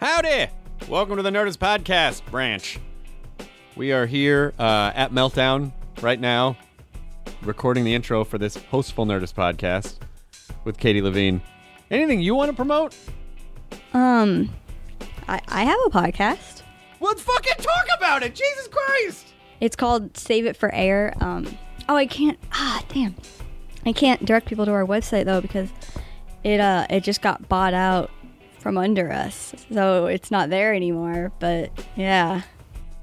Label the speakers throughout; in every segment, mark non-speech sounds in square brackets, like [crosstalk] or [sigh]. Speaker 1: Howdy! Welcome to the Nerdist Podcast branch. We are here uh, at Meltdown right now, recording the intro for this hostful Nerdist Podcast with Katie Levine. Anything you want to promote?
Speaker 2: Um, I, I have a podcast.
Speaker 1: Let's fucking talk about it! Jesus Christ!
Speaker 2: It's called Save It for Air. Um, oh, I can't. Ah, damn. I can't direct people to our website though because it uh it just got bought out from under us, so it's not there anymore. But yeah,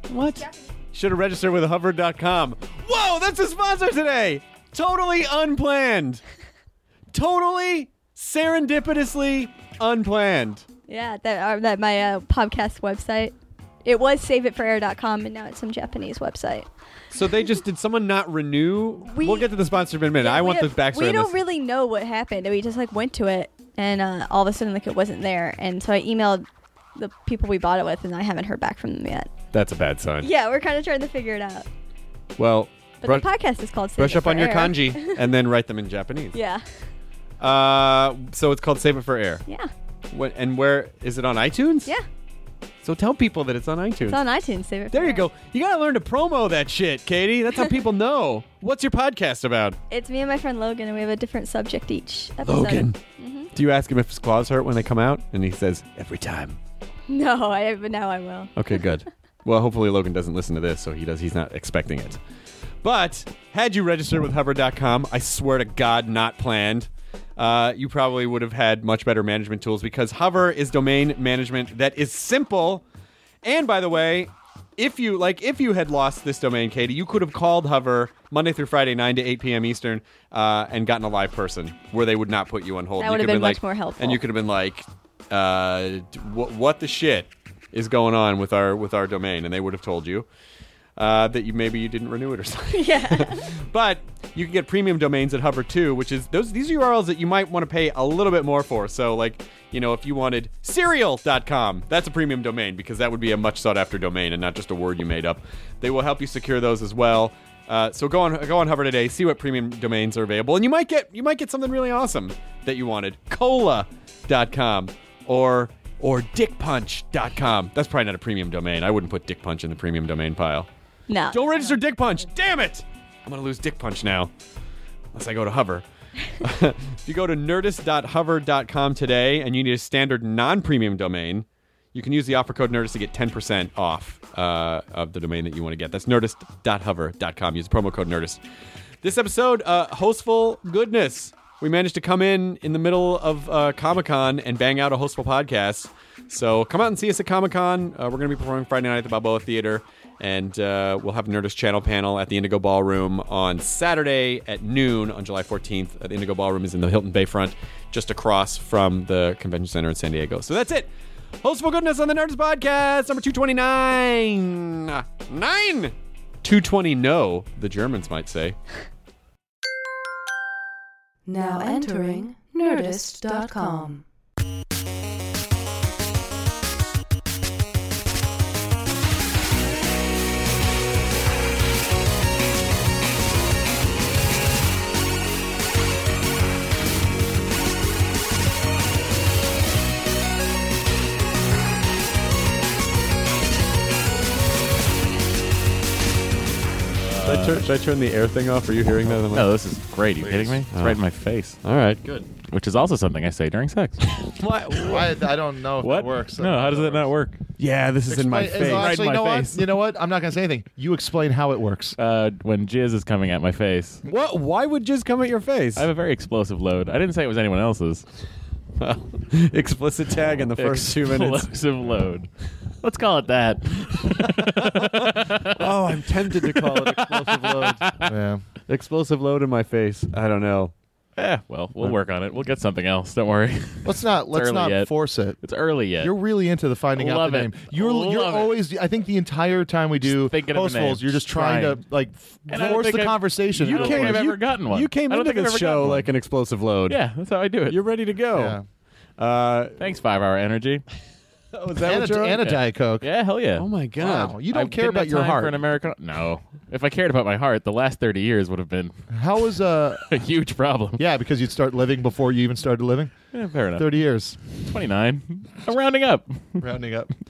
Speaker 1: What? Should have registered with hover.com. Whoa, that's a sponsor today. Totally unplanned. totally serendipitously unplanned.
Speaker 2: yeah, that uh, that my uh, podcast website. It was saveitforair.com, and now it's some Japanese website.
Speaker 1: So they just did someone not renew? We,
Speaker 2: We-
Speaker 1: will get to the sponsor in a minute. I want
Speaker 2: we
Speaker 1: the backstory.
Speaker 2: We
Speaker 1: on
Speaker 2: don't
Speaker 1: this.
Speaker 2: really know what happened. We just like went to it, and uh, all of a sudden, like it wasn't there. And so I emailed the people we bought it with, and I haven't heard back from them yet.
Speaker 1: That's a bad sign.
Speaker 2: Yeah, we're kind of trying to figure it out.
Speaker 1: Well,
Speaker 2: But
Speaker 1: brush,
Speaker 2: the podcast is called Save
Speaker 1: brush
Speaker 2: It
Speaker 1: up
Speaker 2: for
Speaker 1: on your
Speaker 2: Air.
Speaker 1: kanji and then write them in Japanese.
Speaker 2: [laughs] Yeah,
Speaker 1: Uh, so it's called Save It for Air.
Speaker 2: yeah,
Speaker 1: What, and where is it on iTunes?
Speaker 2: yeah.
Speaker 1: So tell people that it's on iTunes.
Speaker 2: It's on iTunes. Save it.
Speaker 1: There
Speaker 2: for
Speaker 1: you
Speaker 2: Air.
Speaker 1: go. You gotta learn to promo that shit, Katie. That's how people know. What's your podcast about?
Speaker 2: It's me and my friend Logan, and we have a different subject each episode.
Speaker 1: Logan.
Speaker 2: Mm-hmm.
Speaker 1: Do you ask him if his claws hurt when they come out? And he says, every time.
Speaker 2: [laughs] No, I but now I will. [laughs]
Speaker 1: Okay, good. well, hopefully Logan doesn't listen to this, so he does he's not expecting it. But had you registered with hover.com, I swear to God, not planned. Uh, you probably would have had much better management tools because Hover is domain management that is simple. And by the way, if you like, if you had lost this domain, Katie, you could have called Hover Monday through Friday, nine to eight p.m. Eastern, uh, and gotten a live person where they would not put you on hold.
Speaker 2: That
Speaker 1: You
Speaker 2: would have
Speaker 1: could
Speaker 2: been much
Speaker 1: like-
Speaker 2: more helpful.
Speaker 1: And you could have been like, uh, d- wh- "What the shit is going on with our with our domain?" And they would have told you uh, that you maybe you didn't renew it or
Speaker 2: [laughs]
Speaker 1: something. [laughs]
Speaker 2: Yeah,
Speaker 1: But you can get premium domains at Hover too, which is those these are URLs that you might want to pay a little bit more for. So like, you know, if you wanted serial.com, that's a premium domain because that would be a much sought after domain and not just a word you made up. They will help you secure those as well. Uh, so go on go on Hover today, see what premium domains are available, and you might get you might get something really awesome that you wanted. Cola.com or or dickpunch.com. That's probably not a premium domain. I wouldn't put dickpunch in the premium domain pile.
Speaker 2: no.
Speaker 1: Don't register Dick Punch. Damn it! I'm gonna lose Dick Punch now, unless I go to Hover. if you go to nerdist.hover.com today and you need a standard non-premium domain, you can use the offer code Nerdist to get 10% off uh, of the domain that you want to get. That's nerdist.hover.com. Use the promo code Nerdist. This episode, uh, hostful goodness. We managed to come in in the middle of uh, Comic Con and bang out a hostful podcast. So come out and see us at Comic Con. Uh, we're going to be performing Friday night at the Balboa Theater, and uh, we'll have a Nerdist Channel panel at the Indigo Ballroom on Saturday at noon on July 14th. Uh, The Indigo Ballroom is in the Hilton Bayfront, just across from the Convention Center in San Diego. So that's it. Hostful goodness on the Nerdist Podcast, number 229. Nine! 220 no, the Germans might say.
Speaker 3: Now entering Nerdist.com.
Speaker 1: Should I, turn, should I turn the air thing off? Are you hearing that? in the mic?
Speaker 4: No, Oh, this is great. Are you kidding me? It's
Speaker 1: Oh.
Speaker 4: right in my face,
Speaker 1: All right. Good.
Speaker 4: which is also something I say
Speaker 1: [laughs]
Speaker 4: during sex.
Speaker 5: [laughs] Why? I don't know if
Speaker 4: what
Speaker 5: that works.
Speaker 4: No, how does that not work? Yeah, this is
Speaker 5: Explain-
Speaker 4: Right
Speaker 5: Actually,
Speaker 4: in
Speaker 5: you know
Speaker 4: my
Speaker 5: what?
Speaker 4: face.
Speaker 5: You know what? I'm not gonna say anything. You explain how
Speaker 4: [laughs]
Speaker 5: it works.
Speaker 4: Uh, when jizz is coming at my face,
Speaker 1: What? Why would jizz come at your face?
Speaker 4: I have a very explosive load. I didn't say it was anyone else's.
Speaker 1: [laughs] explicit tag in the first two minutes.
Speaker 4: Explosive load. Let's call it [laughs] that.
Speaker 1: [laughs] oh, I'm tempted to [laughs] call it explosive load.
Speaker 5: yeah.
Speaker 1: Explosive load in my face. I don't know.
Speaker 4: Eh, well, we'll work on it. We'll get something else. Don't worry. [laughs]
Speaker 5: Let's not. Let's
Speaker 4: early
Speaker 5: not
Speaker 4: yet.
Speaker 5: force it.
Speaker 4: It's early yet.
Speaker 5: You're really into the finding out
Speaker 4: Love
Speaker 5: the
Speaker 4: it.
Speaker 5: name. You're you're
Speaker 4: Love it.
Speaker 5: always. I think the entire time we do
Speaker 4: thinking of a name.
Speaker 5: postfuls, you're just trying,
Speaker 4: Trying.
Speaker 5: to like f-
Speaker 4: And I don't
Speaker 5: force
Speaker 4: think
Speaker 5: the
Speaker 4: I've-
Speaker 5: conversation.
Speaker 4: you
Speaker 5: in a
Speaker 4: came-
Speaker 5: way.
Speaker 4: I've ever gotten one.
Speaker 1: You came
Speaker 4: I don't
Speaker 1: into
Speaker 4: think I've
Speaker 1: this
Speaker 4: ever gotten
Speaker 1: show
Speaker 4: one.
Speaker 1: like an [laughs] explosive load.
Speaker 4: yeah, that's how I do it.
Speaker 1: You're ready to go.
Speaker 5: Yeah.
Speaker 1: Uh,
Speaker 4: Thanks, five hour energy. Oh, is
Speaker 5: and,
Speaker 4: what
Speaker 5: a,
Speaker 4: you're on?
Speaker 5: and a Diet Coke.
Speaker 4: Yeah, hell yeah.
Speaker 1: Oh my god.
Speaker 5: Wow, you don't
Speaker 4: I
Speaker 5: care
Speaker 4: didn't
Speaker 5: about
Speaker 4: have
Speaker 5: your
Speaker 4: time
Speaker 5: heart.
Speaker 4: For an American, no. If I cared about my heart, the last thirty years would have been [laughs]
Speaker 5: How was uh?
Speaker 4: a huge problem.
Speaker 5: Yeah, because you'd start living before you even started living.
Speaker 4: Yeah, fair enough.
Speaker 5: Thirty
Speaker 4: [laughs]
Speaker 5: years,
Speaker 4: Twenty-nine. I'm rounding up.
Speaker 5: rounding up.
Speaker 4: [laughs]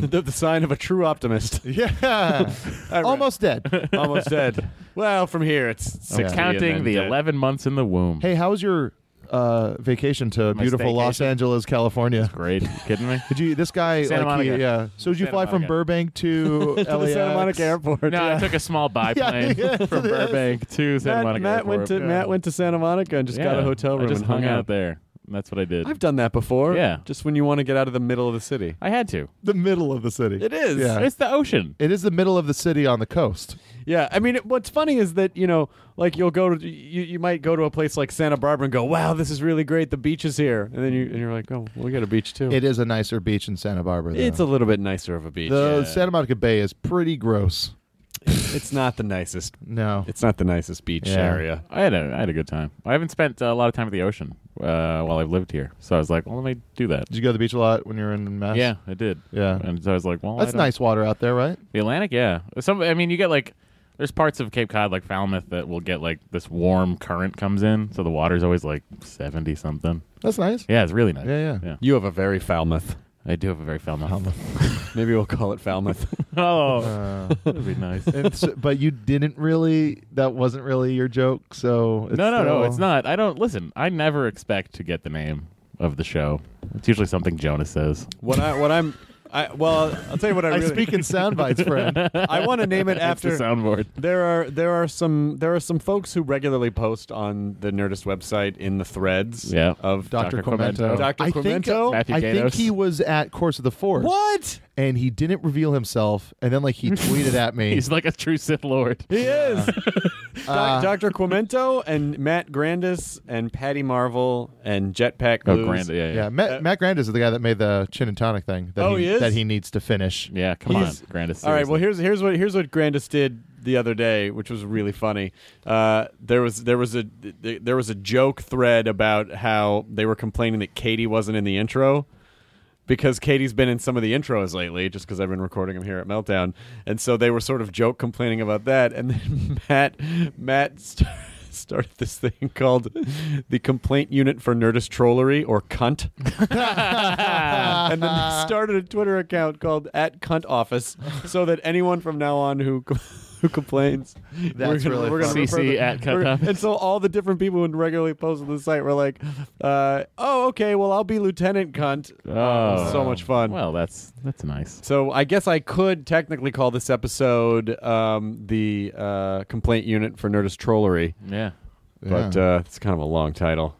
Speaker 1: [laughs] The, the sign of a true optimist. [laughs]
Speaker 5: yeah, almost dead.
Speaker 4: [laughs]
Speaker 1: Almost dead. Well, from here it's six.
Speaker 4: Counting the eleven months in the womb.
Speaker 5: Hey, how was your uh, vacation to
Speaker 4: My
Speaker 5: beautiful Los
Speaker 4: staycation?
Speaker 5: Angeles, California?
Speaker 4: Great. You kidding me?
Speaker 5: Did you? This guy,
Speaker 4: Santa
Speaker 5: like, he-
Speaker 4: Monica.
Speaker 5: yeah. So did you
Speaker 4: Santa
Speaker 5: fly from
Speaker 4: Monica.
Speaker 5: Burbank
Speaker 4: [laughs]
Speaker 5: to,
Speaker 1: to the Santa
Speaker 5: LAX?
Speaker 1: Monica Airport.
Speaker 4: No, I took a small biplane
Speaker 5: yeah,
Speaker 4: from
Speaker 5: it is.
Speaker 4: Burbank to Santa
Speaker 1: Matt,
Speaker 4: Monica.
Speaker 1: Matt
Speaker 4: Airport.
Speaker 1: went to
Speaker 5: Yeah.
Speaker 1: Matt went to Santa Monica and just got a
Speaker 4: Yeah,
Speaker 1: hotel room
Speaker 4: I just
Speaker 1: and
Speaker 4: hung
Speaker 1: hung
Speaker 4: out there. And That's what I did.
Speaker 1: I've done that before.
Speaker 4: Yeah.
Speaker 1: Just when you want to get out of the middle of the city.
Speaker 4: I had to.
Speaker 5: The middle of the city.
Speaker 1: It is.
Speaker 5: Yeah.
Speaker 4: It's the ocean.
Speaker 5: It is the middle of the city on the coast.
Speaker 1: Yeah, I mean, it, what's funny is that you know, like you'll go to you, you might go to a place like Santa Barbara and go, "Wow, this is really great. The beach is here," and then you and you're like, "Oh, we got a beach too."
Speaker 5: It is a nicer beach in Santa Barbara. Though.
Speaker 1: it's a little bit nicer of a beach.
Speaker 5: the
Speaker 4: yeah.
Speaker 5: Santa Monica Bay is pretty gross.
Speaker 1: it's not the nicest.
Speaker 5: No,
Speaker 1: It's not the nicest beach
Speaker 5: Yeah.
Speaker 1: area.
Speaker 4: I had a I had a good time. I haven't spent uh, a lot of time at the ocean uh, while I've lived here, so I was like, well, let me do that.
Speaker 5: did you go to the beach a lot when you were in Mass?
Speaker 4: Yeah, I did.
Speaker 5: yeah.
Speaker 4: And so I was like, well, I
Speaker 5: That's
Speaker 4: don't-
Speaker 5: nice water out there, right?
Speaker 4: The Atlantic, yeah. Some, I mean, you get like there's parts of Cape Cod like Falmouth that will get like this warm current comes in, so the water's always like seventy something.
Speaker 5: That's nice.
Speaker 4: Yeah, it's really nice.
Speaker 5: Yeah, yeah.
Speaker 1: You have a very Falmouth.
Speaker 4: I do have a very Falmouth.
Speaker 1: [laughs]
Speaker 4: [laughs]
Speaker 1: Maybe we'll call it Falmouth. [laughs]
Speaker 4: oh,
Speaker 5: Uh,
Speaker 4: that'd be nice.
Speaker 5: and so- but you didn't really. That wasn't really your joke. So it's
Speaker 4: no, no, no,
Speaker 5: still-
Speaker 1: uh,
Speaker 4: it's not. I don't listen. I never expect to get the name of the show. It's usually something Jonas says.
Speaker 1: what I what I'm I well, I'll tell you what I
Speaker 5: I
Speaker 1: really
Speaker 5: speak in sound bites,
Speaker 1: [laughs]
Speaker 5: friend.
Speaker 1: I want to
Speaker 5: [laughs]
Speaker 1: name it after
Speaker 4: It's
Speaker 1: [laughs]
Speaker 4: the soundboard.
Speaker 1: There are there are some there are some folks who regularly post on the Nerdist website in the threads
Speaker 4: Yeah.
Speaker 1: of
Speaker 5: Dr.
Speaker 4: Clemento.
Speaker 5: Clemento.
Speaker 1: Dr.
Speaker 5: I think- uh,
Speaker 1: Clemento.
Speaker 4: Matthew
Speaker 5: I think
Speaker 4: Gatos.
Speaker 5: he was at Course of the Force,
Speaker 1: What?
Speaker 5: and he didn't reveal himself. And
Speaker 1: [laughs]
Speaker 5: then, like, he tweeted at me.
Speaker 4: He's like a true Sith Lord.
Speaker 1: He is. Doc-
Speaker 5: Uh,
Speaker 1: Dr. Clemento and Matt Grandis and Patty Marvel and Jetpack
Speaker 4: Oh,
Speaker 1: Blues.
Speaker 4: grand, yeah, yeah,
Speaker 5: Yeah,
Speaker 4: yeah.
Speaker 5: Matt, Matt Grandis is the guy that made the chin and tonic thing. That
Speaker 1: uh, Oh,
Speaker 5: he,
Speaker 1: he is?
Speaker 5: that he needs to finish.
Speaker 4: come
Speaker 1: He's-
Speaker 4: on, Grandis.
Speaker 1: All right, well
Speaker 4: seriously.
Speaker 1: here's here's what here's what Grandis did the other day, which was really funny. Uh, there was there was a th- there was a joke thread about how they were complaining that Katie wasn't in the intro because Katie's been in some of the intros lately, just because I've been recording them here at Meltdown, and so they were sort of joke complaining about that, and then [laughs] Matt Matt st- [laughs] started this thing called the Complaint Unit for Nerdist Trollery or Cunt
Speaker 4: [laughs]
Speaker 1: and then they started a Twitter account called at Cunt Office, so that anyone from now on who [laughs] who complains,
Speaker 5: That's
Speaker 1: we're gonna, [laughs]
Speaker 5: really
Speaker 1: we're gonna
Speaker 5: funny.
Speaker 1: refer
Speaker 4: CC
Speaker 1: them-
Speaker 4: at Cunt
Speaker 1: we're-
Speaker 4: Office.
Speaker 1: And so all the different people who regularly post on the site were like, uh, "Oh, okay, well I'll be Lieutenant Cunt." It was so much fun.
Speaker 4: [laughs] Oh. Well, that's that's nice.
Speaker 1: so I guess I could technically call this episode um, the uh, complaint unit for Nerdist trollery,
Speaker 4: Yeah.
Speaker 1: but uh, it's kind of a long title.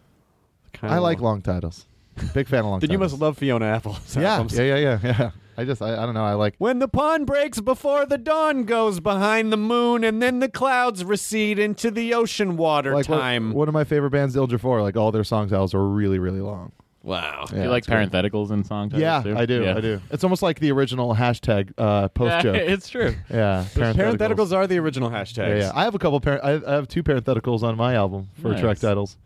Speaker 1: Kind
Speaker 5: I
Speaker 1: of
Speaker 5: like
Speaker 1: long.
Speaker 5: long titles. Big fan of long.
Speaker 1: Then you
Speaker 5: titles.
Speaker 1: must love Fiona Apple. [laughs]
Speaker 5: Yeah,
Speaker 1: albums.
Speaker 5: yeah, yeah, yeah, yeah. I just, I, I don't know. I like.
Speaker 1: When the pond breaks before the dawn goes behind the moon, and then the clouds recede into the ocean water
Speaker 5: Like what-
Speaker 1: time.
Speaker 5: One of my favorite bands, Dilger Four. Like all their song titles are really, really long.
Speaker 1: Wow.
Speaker 5: Yeah,
Speaker 4: you like
Speaker 5: it's great.
Speaker 4: parentheticals in song titles
Speaker 5: Yeah,
Speaker 4: too?
Speaker 5: I do.
Speaker 4: Yeah. [laughs]
Speaker 5: I do. It's almost like the original hashtag uh,
Speaker 4: Yeah,
Speaker 5: post joke.
Speaker 4: it's true.
Speaker 5: [laughs] Yeah,
Speaker 1: Parentheticals are the original
Speaker 5: Yeah,
Speaker 1: hashtags.
Speaker 5: yeah. I have a couple. Par- I, I have two parentheticals on my album for
Speaker 4: Nice.
Speaker 5: track titles.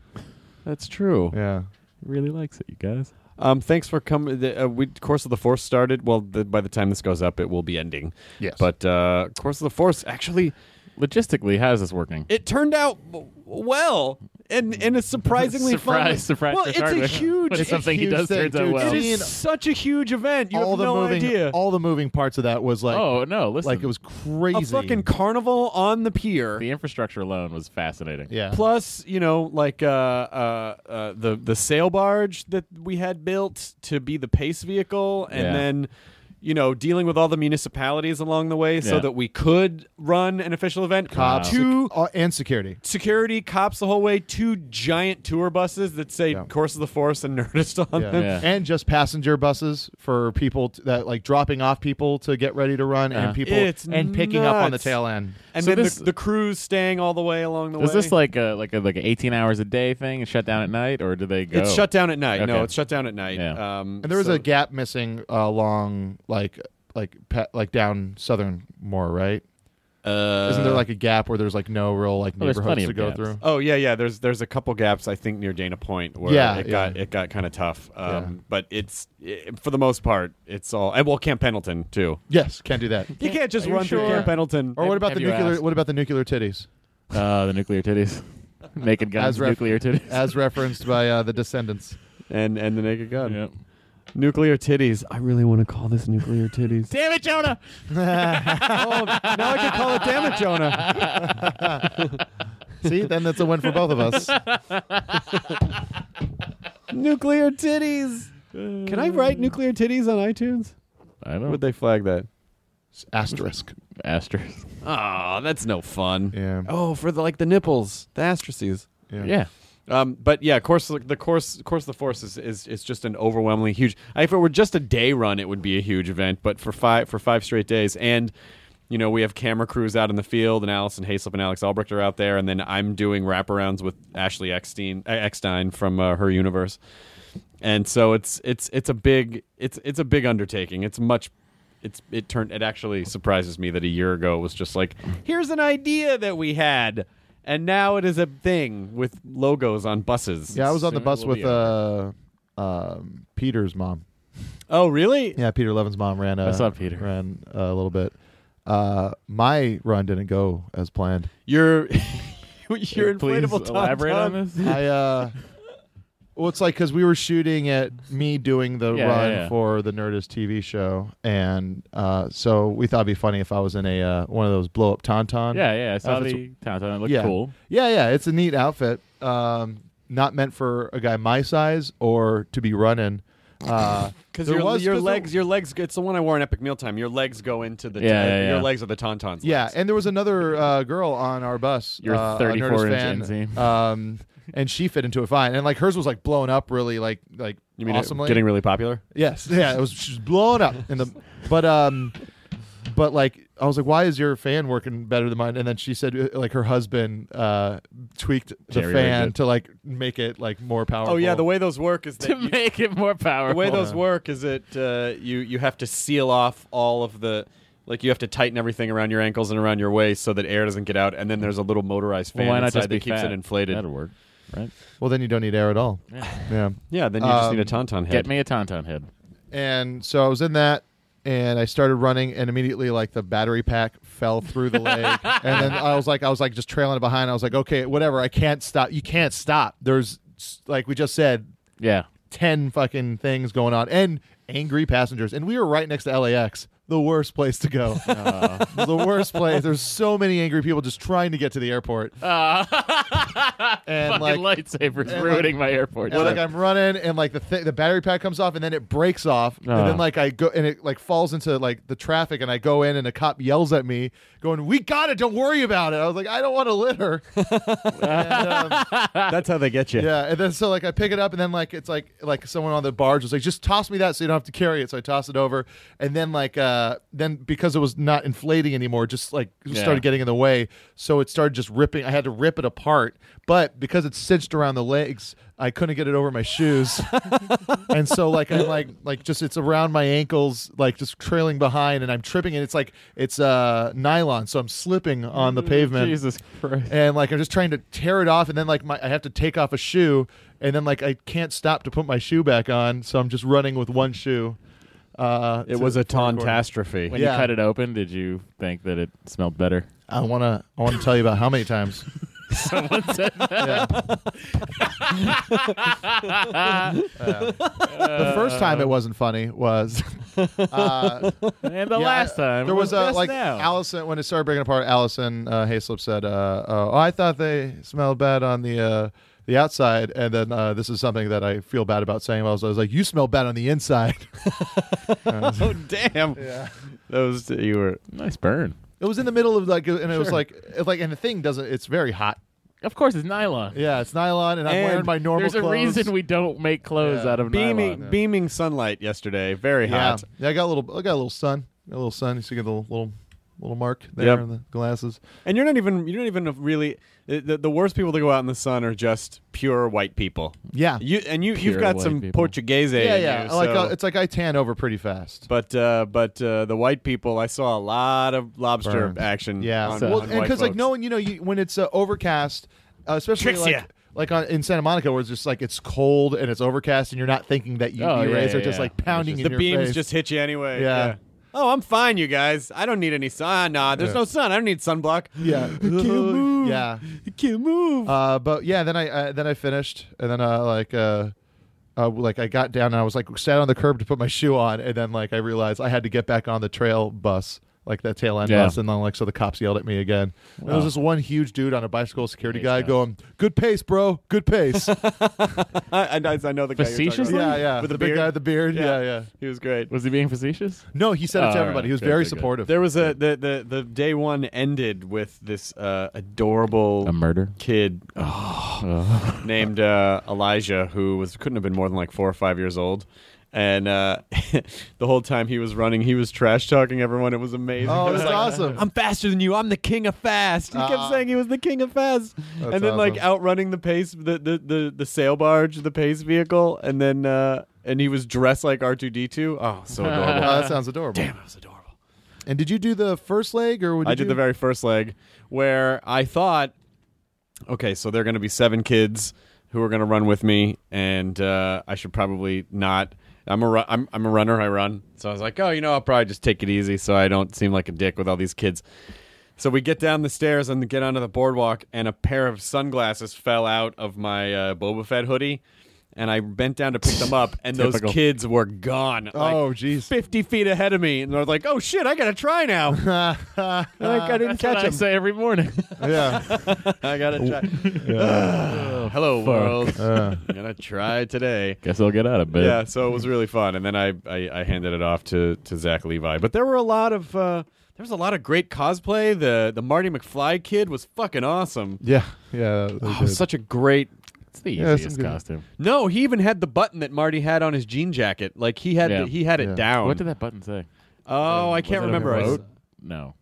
Speaker 1: That's true.
Speaker 5: Yeah.
Speaker 4: Really likes it, you guys.
Speaker 1: Um, thanks for coming. The, uh, we Course of the Force started. Well, the, by the time this goes up, it will be ending.
Speaker 5: Yes.
Speaker 1: But uh, Course of the Force actually,
Speaker 4: Logistically, how is this working?
Speaker 1: it turned out w- well, and in a
Speaker 5: [laughs]
Speaker 1: surprisingly fun. way.
Speaker 4: [laughs] surprise, surprise!
Speaker 1: Well,
Speaker 4: for
Speaker 1: it's a
Speaker 4: Hardwick.
Speaker 1: huge.
Speaker 4: When
Speaker 1: It,
Speaker 5: It's a
Speaker 4: something he
Speaker 5: huge
Speaker 4: does
Speaker 5: thing,
Speaker 4: turns
Speaker 5: dude.
Speaker 4: out well.
Speaker 1: it
Speaker 5: I mean-
Speaker 1: is such a huge event. You
Speaker 5: all
Speaker 1: have
Speaker 5: the
Speaker 1: no
Speaker 5: moving,
Speaker 1: idea.
Speaker 5: all the moving parts of that was like,
Speaker 4: oh no! Listen,
Speaker 5: like it was crazy.
Speaker 1: a fucking carnival on the pier.
Speaker 4: the infrastructure alone was fascinating.
Speaker 5: yeah.
Speaker 1: plus you know like uh, uh, uh, the the sail barge that we had built to be the pace vehicle and
Speaker 4: Yeah.
Speaker 1: then you know dealing with all the municipalities along the way so
Speaker 4: Yeah.
Speaker 1: that we could run an official event
Speaker 5: Cops
Speaker 1: two
Speaker 5: sec- uh, and security.
Speaker 1: security cops the whole way two giant tour buses that say
Speaker 5: Yeah.
Speaker 1: course of the force and [laughs] nerdist on
Speaker 5: Yeah.
Speaker 1: them
Speaker 4: Yeah.
Speaker 5: Um, and just passenger buses for people t- that like dropping off people to get ready to run
Speaker 4: Yeah.
Speaker 5: and people
Speaker 1: It's
Speaker 5: and picking up on the
Speaker 1: nuts.
Speaker 5: tail end.
Speaker 1: and
Speaker 4: So
Speaker 1: then
Speaker 4: this-
Speaker 1: the, the crews staying all the way along the way
Speaker 4: Is this like a like a like a eighteen hours a day thing and shut down at night, or do they go?
Speaker 1: it's shut down at night no
Speaker 4: Okay.
Speaker 1: it's shut down at night
Speaker 4: Yeah.
Speaker 1: um,
Speaker 5: And there was
Speaker 1: so-
Speaker 5: a gap missing uh, along like pa- like down southern more, right?
Speaker 1: Uh,
Speaker 5: Isn't there like a gap where there's like no real like
Speaker 4: Well, Oh, there's
Speaker 5: neighborhoods
Speaker 4: plenty
Speaker 5: to
Speaker 4: of
Speaker 5: go
Speaker 4: gaps.
Speaker 5: through?
Speaker 1: Oh yeah, yeah. There's there's a couple gaps I think near Dana Point where
Speaker 5: Yeah,
Speaker 1: it got
Speaker 5: yeah.
Speaker 1: it got kind of tough. Um, But it's i for the most part it's all and well Camp Pendleton too.
Speaker 5: Yes, can't do that.
Speaker 4: [laughs]
Speaker 1: You can't just
Speaker 4: Are you
Speaker 1: run through
Speaker 4: sure?
Speaker 1: Camp Pendleton.
Speaker 5: Or what about
Speaker 4: Have
Speaker 5: the
Speaker 4: you
Speaker 5: nuclear?
Speaker 4: asked?
Speaker 5: What about the nuclear titties,
Speaker 4: Uh, the nuclear
Speaker 5: [laughs]
Speaker 4: titties. [laughs] Naked guns,
Speaker 5: As ref-
Speaker 4: nuclear titties. [laughs]
Speaker 5: as referenced by uh, the Descendants?
Speaker 1: and and the Naked Gun.
Speaker 4: Yep.
Speaker 1: Nuclear titties. I really want to call this nuclear titties.
Speaker 4: Damn it, Jonah!
Speaker 1: [laughs] oh, now I can call it. Damn it, Jonah.
Speaker 5: See, then that's a win for both of us.
Speaker 1: nuclear titties. Can I write nuclear titties on iTunes?
Speaker 4: I don't.
Speaker 1: Would they flag that?
Speaker 5: Asterisk.
Speaker 4: Asterisk.
Speaker 1: Oh, that's no fun.
Speaker 5: Yeah.
Speaker 1: Oh, for the like the nipples, the astrices.
Speaker 4: Yeah.
Speaker 1: Um, but yeah, course the course course of the force is, is is just an overwhelmingly huge. If it were just a day run, it would be a huge event. But for five for five straight days, and you know we have camera crews out in the field, and Allison Hayslip and Alex Albrecht are out there, and then I'm doing wraparounds with Ashley Eckstein uh, Eckstein from uh, her universe, and so it's it's it's a big it's it's a big undertaking. It's much. It's it turned it actually surprises me that a year ago it was just like here's an idea that we had and now it is a thing with logos on buses.
Speaker 5: Yeah, I was on the
Speaker 4: Soon it
Speaker 5: bus
Speaker 4: will
Speaker 5: with
Speaker 4: be
Speaker 5: uh, um, Peter's mom.
Speaker 1: Oh, really?
Speaker 5: Yeah, Peter Levin's mom ran. Uh,
Speaker 4: What's up, Peter?
Speaker 5: Ran uh, a little bit. Uh, my run didn't go as planned.
Speaker 1: [laughs] Your your
Speaker 4: Please
Speaker 1: inflatable tom
Speaker 4: elaborate on this.
Speaker 5: [laughs] I uh well it's like because we were shooting at me doing the
Speaker 4: Yeah,
Speaker 5: run
Speaker 4: yeah, yeah.
Speaker 5: for the Nerdist TV show and uh so we thought it'd be funny if I was in a uh, one of those blow up tauntaun.
Speaker 4: Yeah, yeah. I saw
Speaker 5: if it's-
Speaker 4: the tauntaun. It looked
Speaker 5: Yeah.
Speaker 4: cool.
Speaker 5: Yeah, yeah, it's a neat outfit. Um not meant for a guy my size or to be running.
Speaker 1: [laughs]
Speaker 5: Uh
Speaker 1: Because
Speaker 5: there
Speaker 1: your,
Speaker 5: was-
Speaker 1: your
Speaker 5: 'cause there-
Speaker 1: legs, your legs. It's the one I wore in Epic Mealtime. Your legs go into the.
Speaker 4: Yeah, yeah,
Speaker 1: Your
Speaker 4: yeah.
Speaker 1: legs are the tauntauns.
Speaker 5: Yeah,
Speaker 1: legs.
Speaker 5: and there was another uh, girl on our bus.
Speaker 4: Your
Speaker 5: uh, a
Speaker 4: 34
Speaker 5: Nerdist
Speaker 4: inch
Speaker 5: fan,
Speaker 4: inseam.
Speaker 5: Um, and she fit into it fine, and like hers was like blown up, really like like
Speaker 1: you mean it-
Speaker 5: awesomely.
Speaker 1: getting really popular?
Speaker 5: Yes, [laughs] yeah, it was she was blown up in the, but um, but like I was like, why is your fan working better than mine? And then she said, uh, like her husband uh tweaked the
Speaker 4: Jerry-rigged
Speaker 5: fan
Speaker 4: it.
Speaker 5: to like make it like more powerful.
Speaker 1: Oh yeah, the way those work is [laughs] that
Speaker 4: [laughs] To
Speaker 1: you,
Speaker 4: make it more
Speaker 1: the
Speaker 4: powerful.
Speaker 1: way those work is that uh, you you have to seal off all of the. Like you have to tighten everything around your ankles and around your waist so that air doesn't get out, and then there's a little motorized fan
Speaker 4: Well, why not
Speaker 1: inside
Speaker 4: just be
Speaker 1: that keeps it
Speaker 4: fat?
Speaker 1: inflated.
Speaker 4: That'll work, right?
Speaker 5: Well, then you don't need air at all.
Speaker 4: Yeah.
Speaker 5: Yeah.
Speaker 1: Yeah, then you just
Speaker 5: Um,
Speaker 1: need a tauntaun head.
Speaker 4: Get me a tauntaun head.
Speaker 5: and so I was in that, and I started running, and immediately like the battery pack fell through the leg, and then I was like, I was like just trailing it behind. I was like, okay, whatever, I can't stop. You can't stop. There's like we just said,
Speaker 4: Yeah.
Speaker 5: ten fucking things going on, and angry passengers, and we were right next to LAX. The worst place to go. the worst place. There's so many angry people just trying to get to the airport. and
Speaker 4: Fucking lightsabers
Speaker 5: and
Speaker 4: ruining my airport.
Speaker 5: and
Speaker 4: trip.
Speaker 5: like I'm running, and like the th- the battery pack comes off, and then it breaks off,
Speaker 4: Ah.
Speaker 5: and then like I go and it like falls into like the traffic, and I go in, and a cop yells at me, going, "We got it! Don't worry about it." I was like, "I don't want to litter." [laughs] And, um,
Speaker 1: [laughs] That's how they get you.
Speaker 5: yeah, and then so like I pick it up, and then like it's like like someone on the barge was like, "Just toss me that, so you don't have to carry it." So I toss it over, and then like uh then because it was not inflating anymore, just like
Speaker 4: Yeah.
Speaker 5: started getting in the way, so it started just ripping. I had to rip it apart, but because it's cinched around the legs, I couldn't get it over my shoes, and so like I'm like like just it's around my ankles, like just trailing behind, and I'm tripping, and it's like it's uh nylon, so I'm slipping on the pavement
Speaker 4: Jesus Christ.
Speaker 5: and like I'm just trying to tear it off, and then like my I have to take off a shoe, and then like I can't stop to put my shoe back on, so I'm just running with one shoe. Uh,
Speaker 1: It
Speaker 5: to
Speaker 1: was a
Speaker 5: the corner corner.
Speaker 1: tauntastrophe.
Speaker 4: When
Speaker 5: [laughs] Yeah.
Speaker 4: you cut it open, did you think that it smelled better?
Speaker 5: I wanna I wanna tell you about how many times.
Speaker 4: [laughs] Someone said
Speaker 5: [laughs] Yeah. the first time it wasn't funny [laughs] was uh,
Speaker 4: And the
Speaker 5: Yeah,
Speaker 4: last time
Speaker 5: there was, a
Speaker 4: just
Speaker 5: like
Speaker 4: now.
Speaker 5: Allison when it started breaking apart. Allison uh, Hayslip said, uh, uh, "Oh, I thought they smelled bad on the uh, the outside," and then uh, this is something that I feel bad about saying. I was, I was like, "You smell bad on the inside." [laughs]
Speaker 1: oh
Speaker 4: [laughs]
Speaker 1: damn!
Speaker 5: Yeah.
Speaker 1: Those you were.
Speaker 4: nice burn.
Speaker 5: It was in the middle of like, and it was
Speaker 4: Sure.
Speaker 5: like, it, like, and the thing doesn't. It's very hot.
Speaker 4: Of course, it's nylon.
Speaker 5: Yeah, it's nylon, and I'm
Speaker 1: And
Speaker 5: wearing my normal.
Speaker 4: There's a
Speaker 5: clothes.
Speaker 4: reason we don't make clothes
Speaker 5: Yeah.
Speaker 4: out of
Speaker 1: Beaming,
Speaker 4: nylon.
Speaker 1: beaming sunlight yesterday. Very
Speaker 5: Yeah,
Speaker 1: hot.
Speaker 5: yeah. I got a little. I got a little sun. Got a little sun. You see, get the little little mark there
Speaker 1: Yep.
Speaker 5: in the glasses.
Speaker 1: And you're not even you don't even really the, the worst people to go out in the sun are just pure white
Speaker 4: [laughs]
Speaker 1: people.
Speaker 5: Yeah,
Speaker 1: You and you you've
Speaker 4: Pure
Speaker 1: got
Speaker 4: white
Speaker 1: some
Speaker 4: people.
Speaker 1: Portuguese.
Speaker 5: yeah,
Speaker 1: in
Speaker 5: yeah.
Speaker 1: you,
Speaker 5: like
Speaker 1: so-
Speaker 5: uh, it's like I tan over pretty fast.
Speaker 1: but uh, but uh, the white people, I saw a lot of lobster
Speaker 5: Burn.
Speaker 1: action.
Speaker 5: Yeah,
Speaker 1: on,
Speaker 5: well,
Speaker 1: on
Speaker 5: and
Speaker 1: white
Speaker 5: because like
Speaker 1: folks.
Speaker 5: no one, you know, you, when it's uh, overcast, uh, especially
Speaker 1: Tricks
Speaker 5: like
Speaker 1: ya.
Speaker 5: like on, in Santa Monica, where it's just like it's cold and it's overcast, and you're not thinking that you
Speaker 4: Oh,
Speaker 5: rays
Speaker 4: yeah,
Speaker 5: are
Speaker 4: yeah,
Speaker 5: just
Speaker 4: yeah.
Speaker 5: like pounding
Speaker 4: It's
Speaker 5: in
Speaker 1: the
Speaker 5: your
Speaker 1: beams
Speaker 5: face.
Speaker 1: just hit you anyway.
Speaker 5: Yeah.
Speaker 1: Oh, I'm fine, you guys. I don't need any sun. Ah, Nah, there's
Speaker 5: Yeah.
Speaker 1: no sun. I don't need sunblock.
Speaker 5: [laughs] yeah, [laughs]
Speaker 1: move.
Speaker 5: yeah.
Speaker 1: I can't move.
Speaker 5: [laughs] Uh, but yeah, then I uh, then I finished, and then uh, like uh, uh, like I got down and I was like sat on the curb to put my shoe on, and then like I realized I had to get back on the trail bus, like that tail end
Speaker 4: Yeah.
Speaker 5: bus, and then like so the cops yelled at me again. And there was
Speaker 4: Wow.
Speaker 5: this one huge dude on a bicycle security
Speaker 4: Nice
Speaker 5: guy
Speaker 4: guy.
Speaker 5: going, "Good pace, bro, good pace." yeah,
Speaker 1: I, I, I know the guy. you're talking about.
Speaker 4: Facetiously?
Speaker 5: yeah,
Speaker 1: With
Speaker 5: the
Speaker 1: the
Speaker 5: big
Speaker 1: beard?
Speaker 5: guy with the beard,
Speaker 1: Yeah.
Speaker 5: yeah, yeah.
Speaker 1: He was great.
Speaker 4: Was he being facetious?
Speaker 5: No, he said
Speaker 4: Oh,
Speaker 5: it to
Speaker 4: all right.
Speaker 5: everybody. He was
Speaker 4: Good,
Speaker 5: very
Speaker 4: good, good.
Speaker 5: supportive.
Speaker 1: There was a the, the the day one ended with this uh, adorable
Speaker 4: A murder.
Speaker 1: kid
Speaker 4: Uh,
Speaker 1: named uh, Elijah, who was couldn't have been more than like four or five years old. And uh, [laughs] the whole time he was running, he was trash talking everyone. It was amazing.
Speaker 5: Oh,
Speaker 1: It was [laughs]
Speaker 5: that's
Speaker 1: like,
Speaker 5: awesome.
Speaker 1: I'm faster than you. I'm the king of fast. He kept
Speaker 5: Ah.
Speaker 1: saying he was the king of fast,
Speaker 5: That's
Speaker 1: and then like
Speaker 5: awesome.
Speaker 1: outrunning the pace, the the the, the sail barge, the pace vehicle, and then uh, and he was dressed like R2D2. Oh, [laughs] so adorable.
Speaker 5: Oh, that sounds adorable.
Speaker 1: Damn, it was adorable.
Speaker 5: And did you do the first leg or? Did
Speaker 1: I did
Speaker 5: you-
Speaker 1: the very first leg where I thought, okay, so there are going to be seven kids who are going to run with me, and uh, I should probably not. I'm a ru- I'm, I'm a runner. I run, so I was like, oh, you know, I'll probably just take it easy, so I don't seem like a dick with all these kids. So we get down the stairs and get onto the boardwalk, and a pair of sunglasses fell out of my uh, Boba Fett hoodie. And I bent down to pick them up, and those
Speaker 4: Typical.
Speaker 1: kids were gone. like,
Speaker 5: Oh,
Speaker 1: [laughs]
Speaker 5: jeez.
Speaker 1: 50 feet ahead of me. And I was like, oh shit, I got to try [laughs] now. Like, I didn't
Speaker 4: that's what
Speaker 1: catch
Speaker 4: I
Speaker 1: him.
Speaker 4: say every morning.
Speaker 5: yeah.
Speaker 1: I gotta [laughs] try. [laughs] Hello,
Speaker 4: fuck.
Speaker 1: world.
Speaker 5: Uh,
Speaker 1: I'm gonna try today.
Speaker 4: Guess I'll get out of bed.
Speaker 1: Yeah, so it was really fun, and then I, I, I handed it off to, to Zach Levi. But there were a lot of uh, there was a lot of great cosplay. The the Marty McFly kid was fucking awesome.
Speaker 5: Yeah. Yeah. they
Speaker 1: Oh,
Speaker 5: did.
Speaker 1: such a great.
Speaker 4: It's the
Speaker 5: Yeah, it's
Speaker 4: easiest
Speaker 5: good.
Speaker 4: costume.
Speaker 1: No, he even had the button that Marty had on his jean jacket. Like he had
Speaker 4: Yeah.
Speaker 1: he had it
Speaker 5: Yeah.
Speaker 1: down.
Speaker 4: What did that button say?
Speaker 1: oh, I
Speaker 4: Was
Speaker 1: can't
Speaker 4: it a
Speaker 1: remember. I-
Speaker 4: vote? [laughs] No.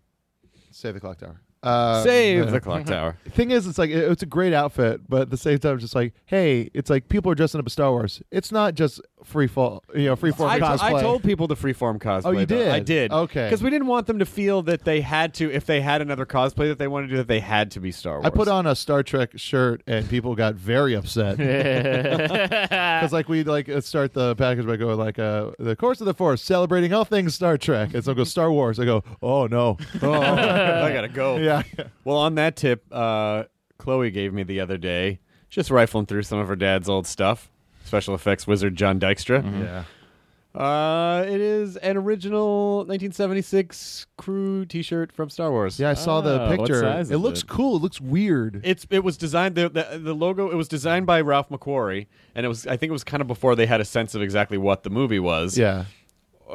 Speaker 5: Save the clock tower. Uh,
Speaker 1: Save
Speaker 5: yeah.
Speaker 1: the clock tower.
Speaker 5: thing is, it's like it- it's a great outfit, but at the same time, it's just like, hey, it's like people are dressing up as Star Wars. It's not just free fall, you know, free form
Speaker 1: I,
Speaker 5: cosplay.
Speaker 1: I told people to freeform cosplay.
Speaker 5: Oh, you
Speaker 1: though.
Speaker 5: did?
Speaker 1: I did.
Speaker 5: Okay.
Speaker 1: Because we didn't want them to feel that they had to, if they had another cosplay that they wanted to do, that they had to be Star Wars.
Speaker 5: I put on a Star Trek shirt, and people got very upset. Because like we like uh, start the package by going like uh, the course of the force celebrating all things Star Trek, and so I go Star Wars. I go oh [laughs] no,
Speaker 1: [laughs]
Speaker 5: oh
Speaker 1: I gotta go.
Speaker 5: yeah,
Speaker 1: Well, on that tip, uh, Chloe gave me the other day, just rifling through some of her dad's old stuff. Special effects wizard John Dykstra.
Speaker 5: yeah. Mm-hmm.
Speaker 1: Uh, it is an original 1976 crew T-shirt from Star Wars.
Speaker 5: Yeah, I saw the
Speaker 4: Ah, what
Speaker 5: picture.
Speaker 4: size is
Speaker 5: it looks
Speaker 4: it?
Speaker 5: cool. It looks weird.
Speaker 1: It's it was designed the, the the logo it was designed by Ralph McQuarrie and it was I think it was kind of before they had a sense of exactly what the movie was.
Speaker 5: yeah,